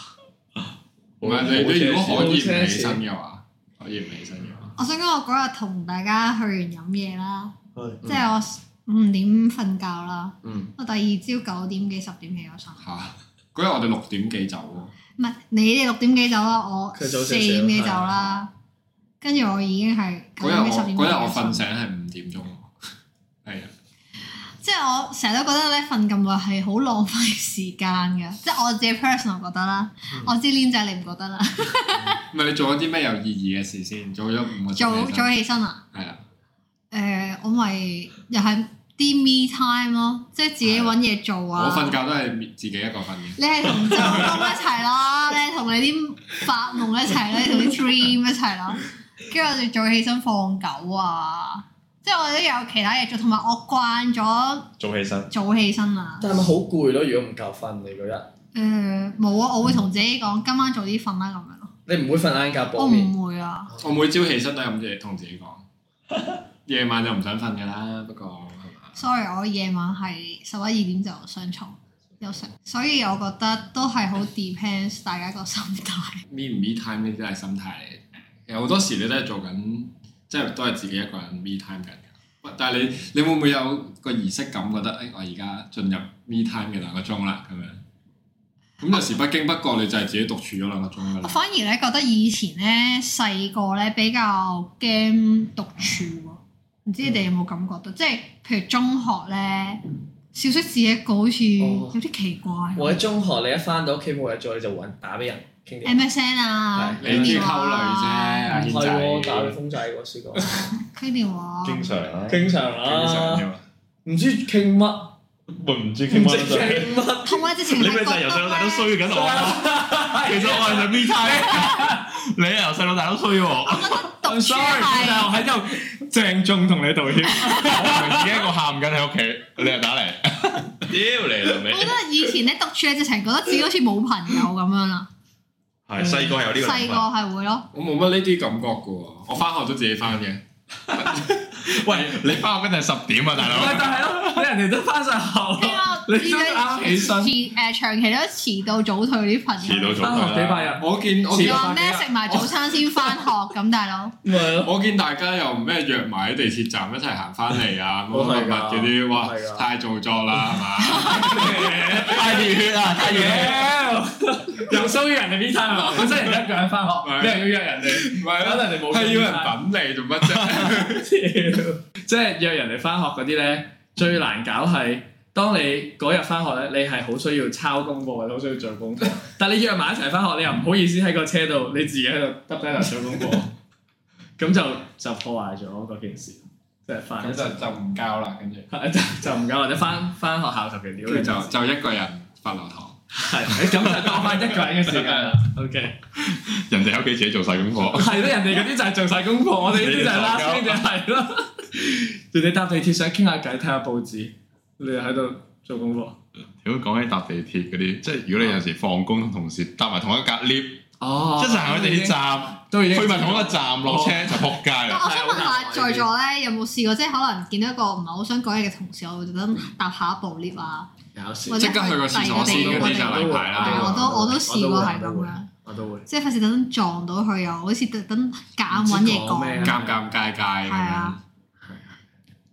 B: 唔係你你如果可以唔
D: 好奢侈
B: 起身嘅話，可以唔起身嘅話，
A: 我想講我嗰日同大家去完飲嘢啦，
C: 係
F: 嗯
A: 即係我五點瞓覺啦，
B: 嗯
A: 我第二朝九點幾十點起咗身，
B: 嚇嗰日我哋六點幾走
A: 唔係你哋六點幾走啦，我
D: 佢早少少
A: 四點幾走啦，跟住我已經係
B: 啊
A: 九
B: 喎，嗰日
A: 點
B: 我
A: 幾十點幾
B: 嗰日我
A: 起身
B: 瞓醒係五點鐘喎，係啊，
A: 即係我成日都覺得咧瞓咁耐係好浪費時間嘅，
B: *laughs*
A: 即係我自己 personal 覺得啦，
B: 嗯
A: 我知 Lin 仔你唔覺得啦，
B: 唔係你做咗啲咩有意義嘅事先？做咗五個
A: 早
B: 鐘起身
A: 早起身啊，
B: 係啦，
A: 誒、
B: 嗯
A: 我咪又係啲 me time 咯，即係自己揾嘢做啊，
B: 我瞓覺都係自己一個瞓嘅，
A: 你係同周公一齊啦， *laughs* 你係同你啲發夢一齊啦，你同啲 dream 一齊啦。跟住我哋早起身放狗啊，即係我哋都有其他嘢做，同埋我慣咗
C: 早起身，
A: 早起身啊。
D: 但係咪好攰咯？如果唔夠瞓，你嗰日
A: 誒冇啊，我會同自己講今晚早啲瞓啦咁樣咯。
D: 你唔會瞓晏覺補
A: 我
D: 眠。
A: 唔會啊，
B: 我每朝起身都係咁嘢同自
D: *laughs*
B: 己講，夜晚就唔想瞓㗎啦，不過係嘛？
A: sorry，我夜晚係十一二點就上床休息，所以我覺得都係好 depends 大家個心態。
B: me 唔 me time 呢啲都係心態嚟嘅。其實好多時你都係做緊，即係都係自己一個人 me time 緊㗎。喂但係你你會唔會有個儀式感，覺得誒、哎我而家進入 me time 嘅兩個鐘啦咁樣？咁有時不經不覺你就係自己獨處咗兩個鐘㗎
A: 我
D: 啊
B: 啦。
A: 反而咧覺得以前咧細個咧比較驚獨處喎，唔知你哋有冇感覺到？即係譬如中學咧，小息自己一個好似
D: 哦
A: 有啲奇怪。
F: 哦
D: 我喺中學，你一翻到屋企冇嘢做，你就揾打俾人，
F: 傾偈。
A: MSN 啊，
B: 你中意溝女啫，
D: 啊
B: 阿
F: 唔
B: 軒
F: 係喎，打
B: 仔。
F: 風仔我試
B: *laughs*
F: 過，
A: 傾電話，
C: 經常啊，
F: 經常
E: 常
F: 啦，
E: 㗎嘛
F: 唔知傾乜，
C: 會唔知傾
B: 啊
F: 唔知
C: 乜就
B: *laughs*
F: 傾乜，
A: 同埋直情
E: 你咪就係由細到大都衰緊我， *laughs* 其實我係咪
A: *laughs*
E: B 差？你係由細到大都衰
A: 我
E: 我。
A: 覺得讀
E: I'm
A: 書
E: sorry，但係
A: 係
E: 我喺度鄭重同你道歉，我明知一個喊緊喺屋企，你又打嚟，
C: 屌你老味
A: 我覺，得以前咧讀書咧，直情覺得自己好似冇朋友咁樣啦。
C: 係細個係有呢個諗
A: 細個
C: 法，
A: 係會
D: 啊
A: 咯，
B: 我冇乜呢啲感覺嘅喎，我翻學都自己翻
D: *laughs*
B: 嘅。
E: 喂，你翻學嗰陣係十點啊，大
D: 唔
E: *laughs*
D: 係
E: 佬。
D: 但
B: *laughs*
D: 係咯，你人哋都翻晒後，
A: 聽我
D: 你都啱起身
A: 遲誒長期都遲到早退啲朋
C: 遲
A: 友。
C: 到
E: 啊
D: 翻
C: 早
D: 學幾
C: 退
D: 百
C: 啦，
D: 日，
B: 我見我
A: 你
B: 見
A: 話咩食埋早餐先翻學咁，大佬？
F: 咪係咯，
B: 我見大家又咩約埋喺地鐵站一齊行翻嚟啊，乜
D: 我
B: 乜
D: 哦係㗎
B: 乜嗰啲，哇
D: 我係㗎
B: 太做作啦，係嘛？
E: 太熱血啦，太熱血！
D: 又騷擾人哋 B
B: *laughs*
D: 餐喎，本身人哋一個人翻學，你又要約人哋，
B: 唔係啊
D: 可
B: 啦，
D: 能人哋冇
B: 係
D: B 餐
B: 要人品你做乜啫？
D: *laughs* 即係約人哋翻學嗰啲咧，最難搞係當你嗰日翻學咧，你係好需要抄功課，好需要做
B: *laughs*
D: 功課。但你約埋一齊翻學，你又唔好意思喺個車度，你自己喺度耷低頭做功課，咁就就破壞咗嗰件事，即係翻
B: 咁 *laughs* 就就唔交啦，跟住
D: 就就唔夠，或者翻翻學校就其屌
B: 跟 *laughs*
D: 你
B: 住就就一個人發流堂。
D: 係咁就當翻一個人嘅 *laughs* 時間啦。OK，
E: 人哋喺屋企自己做晒功課，
D: 係咯，人哋嗰啲就係做晒功課，我哋呢啲就係拉聲就係咯。 *laughs* 人哋搭地鐵想傾下偈睇下報紙，你又喺度做功課。
E: 屌講起搭地鐵嗰啲，即係如果你有時放工同同事搭埋同一格 lift，
D: 哦
E: 一齊行去地鐵站，
D: 都已經
E: 去埋同一個站落車就撲街
A: 但
E: 啦。
A: 我想問下在座咧，有冇試過即係可能見到一個唔係好想講嘢嘅同事，我會特登搭下一步 lift 啊，
D: 搞笑
A: 或者
B: 即刻去個廁所先
A: 第二個地
B: 嗰
A: 方
B: 啲就例牌啦
A: 我都啊我都試過係咁樣，
D: 我都會。
A: 即係費事特登撞到佢又好似特登夾硬揾嘢
D: 唔知講咩
A: 講
D: 啊。 *laughs*
B: 尷尷尬尬
A: 係
B: 咁樣
A: 啊。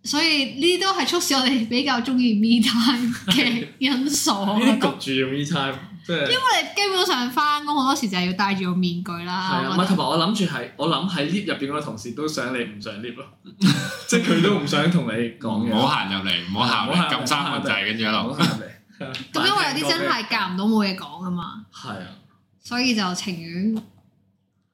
A: 所以呢啲都係促使我哋比較中意 me time 嘅因 *laughs* 素。我
D: 呢
A: 覺
D: 啲
A: 得
D: 焗住用 e time，即係
A: 因為基本上翻工好多時就係要戴住個面具
D: 係
A: 啦。
D: 啊，
A: 我
D: 唔
A: 覺
D: 係
A: 得
D: 同埋我諗住係，我諗喺 lift 入邊嗰個同事都想你唔上
A: *laughs*
D: lift 咯，即係佢都唔想同你講
B: 唔
D: 嘢。
B: 好行入嚟，唔好行入嚟，
D: 唔好行入嚟
B: 撳三個掣，跟住一
D: 唔
B: 路
D: 好行嚟。
A: 咁因為有啲真係夾唔到冇嘢講啊嘛，
D: 係啊，
A: 所以就情願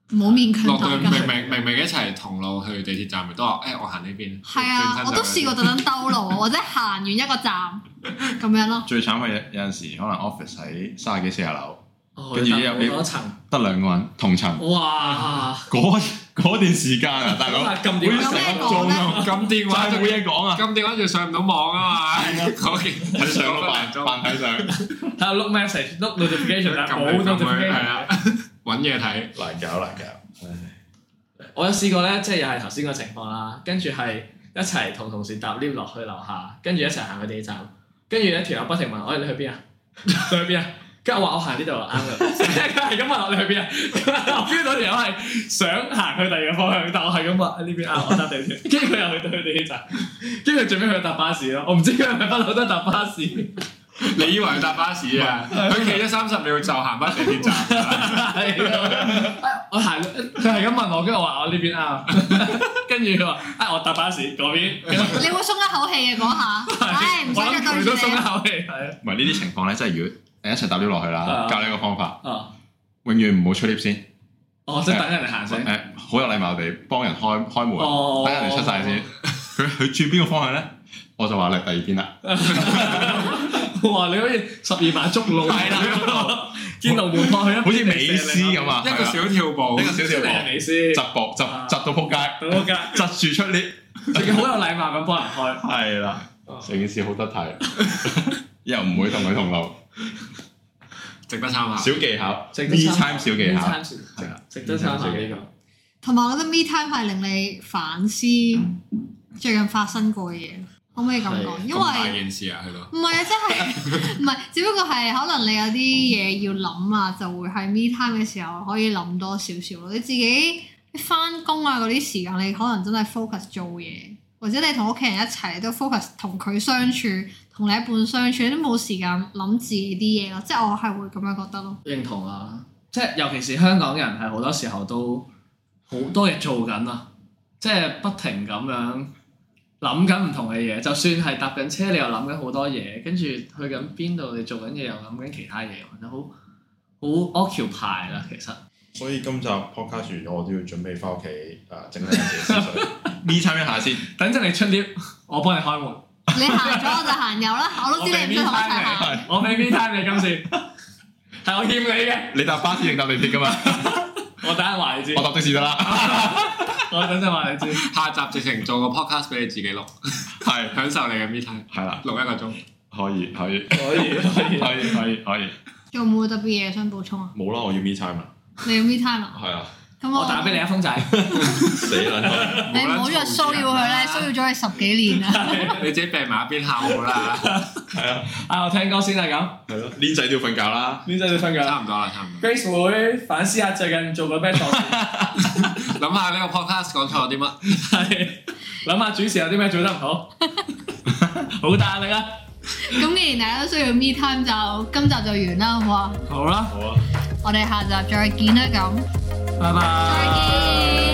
A: 冇勉強
B: 落
A: 大
B: 到
A: 家
B: 明。明明明一齊同路去地鐵站，咪都話誒我行呢邊。
A: 係啊，我都試過特登兜路，或者行完一個站咁樣
D: *laughs*
A: 咯。
E: 最慘係有有陣時可能 office 喺三十幾四十樓，
D: 哦
E: 跟住
D: 搭
E: 呢入邊
D: 好多層，
E: 得兩個人同層，
D: 哇！
E: 嗰嗰段時間啊，大佬 *laughs*
D: 咁啊，撳
E: 會
D: 電
A: 有
D: 話
A: 咩
E: 成個
A: 講
E: 鐘
A: 咧？
E: 啊，
B: 撳電
E: 就
B: 話
E: 係
B: 就 *laughs*
E: 冇嘢講啊，
B: 撳電話仲上唔到網啊嘛， *laughs* 嗰件
E: 睇相咯，
B: *laughs*
E: 扮扮睇相。
D: 睇下 look message、look notification，但係
B: 撳嚟
D: 冇
B: 撳去係
D: notification。
B: 啊，揾嘢睇。
C: 難搞難搞，唉
D: 我有試過咧，即係又係頭先個情況啦，跟住係一齊同同事搭 lift 落去樓下，跟住一齊行去地鐵站，跟住一條友不停問我：你去邊啊？你去邊啊？跟住我話我行呢度啊啱嘅，即係佢係咁問我你去邊啊？ *laughs* 我 feel 到條友係想行去第二個方向，但我係咁話呢邊
E: *laughs*
D: 啊啱，我搭地鐵，跟住佢又去到去地鐵站，跟住最尾佢搭巴士咯，我唔知佢係咪不嬲都搭巴士，
B: 你以為佢搭巴士啊？佢企咗三十秒就行翻地鐵 *laughs* 站。
D: 我行佢係咁問我，跟住我話哦我呢邊啱， *laughs* 跟住佢話啊我搭巴士嗰邊，
A: 你會鬆一口氣啊嘅嗰下，唉，唔使
D: 我諗
A: 再對
D: 佢
A: 住
D: 都
A: 你
D: 鬆一
A: 啊。
D: 口氣，係啊
E: 唔係呢啲情況咧，真係如果你一齊搭 lift 落去啦，
D: 啊
E: 教你一個方法，
D: 啊。
E: 永遠唔好出 lift 先，
D: 哦，即係等人哋行先。
E: 誒好有禮貌地幫人開開門，
D: 哦
E: 等人哋出晒先。佢佢轉邊個方向咧？我就話你第二邊啦。
D: 哇！你好似十二碼捉路，係啦，天龍門破去一邊，
E: 好似美斯咁啊，
B: 一個
E: 係啊
B: 小跳步
E: 一個，小
D: 你
E: 跳
D: 射兩
E: 步，
D: 美斯，
E: 窒步窒窒到撲街，
D: 等我隔，
E: 窒住出 lift，
D: 仲要好有禮貌咁幫人開。
E: 係啦，
D: 哦
E: 成件事好得體，又唔會同佢同路，
B: 值得參考。
E: 小技巧
D: 值得
E: ，me
D: 參考
E: time 小技巧。
D: Me time 值
E: 係啊
D: 值得參考呢個。
A: 同埋我覺得 me time 係令你反思最近發生過嘅嘢，可唔可以咁講？因
B: 咁大
A: 為
B: 件事啊，去到
A: 唔係啊，真
D: *laughs*
A: 係唔係，只不過係可能你有啲嘢要諗啊，就會喺 me time 嘅時候可以諗多少少咯。你自己翻工啊嗰啲時間，你可能真係 focus 做嘢，或者你同屋企人一齊你都 focus 同佢相處，同你一半相處，你都冇時間諗自己啲嘢咯。即係我係會咁樣覺得咯。
D: 認同啊，即係尤其是香港人係好多時候都好多嘢做緊啊，即係不停咁樣諗緊唔同嘅嘢，就算係搭緊車，你又諗緊好多嘢，跟住去緊邊度，你做緊嘢又諗緊其他嘢，就好好好 occupy 啦，其實
C: 所以今集 podcast 完咗，我都要準備翻屋企啊，整理下自己思緒。
E: 咪參一下先，
D: 等陣你出 lift，我幫你開門，
A: 你行咗我就行右啦，我都知你唔想同我一齊行。
D: 我俾 me time 你今 *laughs* 次，係我欠你嘅，
E: 你搭巴士定搭地鐵
C: *laughs*
E: 噶嘛？
D: 我等陣話你知
E: 我，搭的士得啦，
D: 我等陣話你知。
B: 下集直情做個 podcast 俾你自己錄，
E: 係
B: 享受你嘅 me time，
E: 係啦，
B: 錄一個鐘。
E: 可以可以
F: 可以可以。
E: *laughs* 可以可以可以，
A: 仲有冇特別嘢想補充啊？
C: 冇啦，我要 me time 啦。
A: 你要 me time 啊？
C: 係啊，
A: 咁
D: 我打俾你一封仔，
C: 死啦！
A: 你唔好再騷擾佢
D: 啊
A: 咧，騷擾咗佢十幾年啦。
B: 啊你自己病埋一邊喊好啦， *laughs*
D: 啊我聽歌先啦
C: 係 *laughs* 咯，
E: 僆仔都要瞓覺啦，
D: 咁，呢陣你瞓覺啦
B: 差唔多啦，差唔多。
D: Grace 會反思下最近做過咩錯事。
B: 諗下呢個 podcast 講錯咗啲乜？
D: 係諗下主持有啲咩做得唔
A: *laughs*
D: 好，好大壓力啊！
A: 咁既然大家都需要 me time，就今集就完啦，好唔好啊？
D: 好啦，
C: 好啊。
A: 我哋下集再見啦，咁
D: 拜拜。
A: 再見。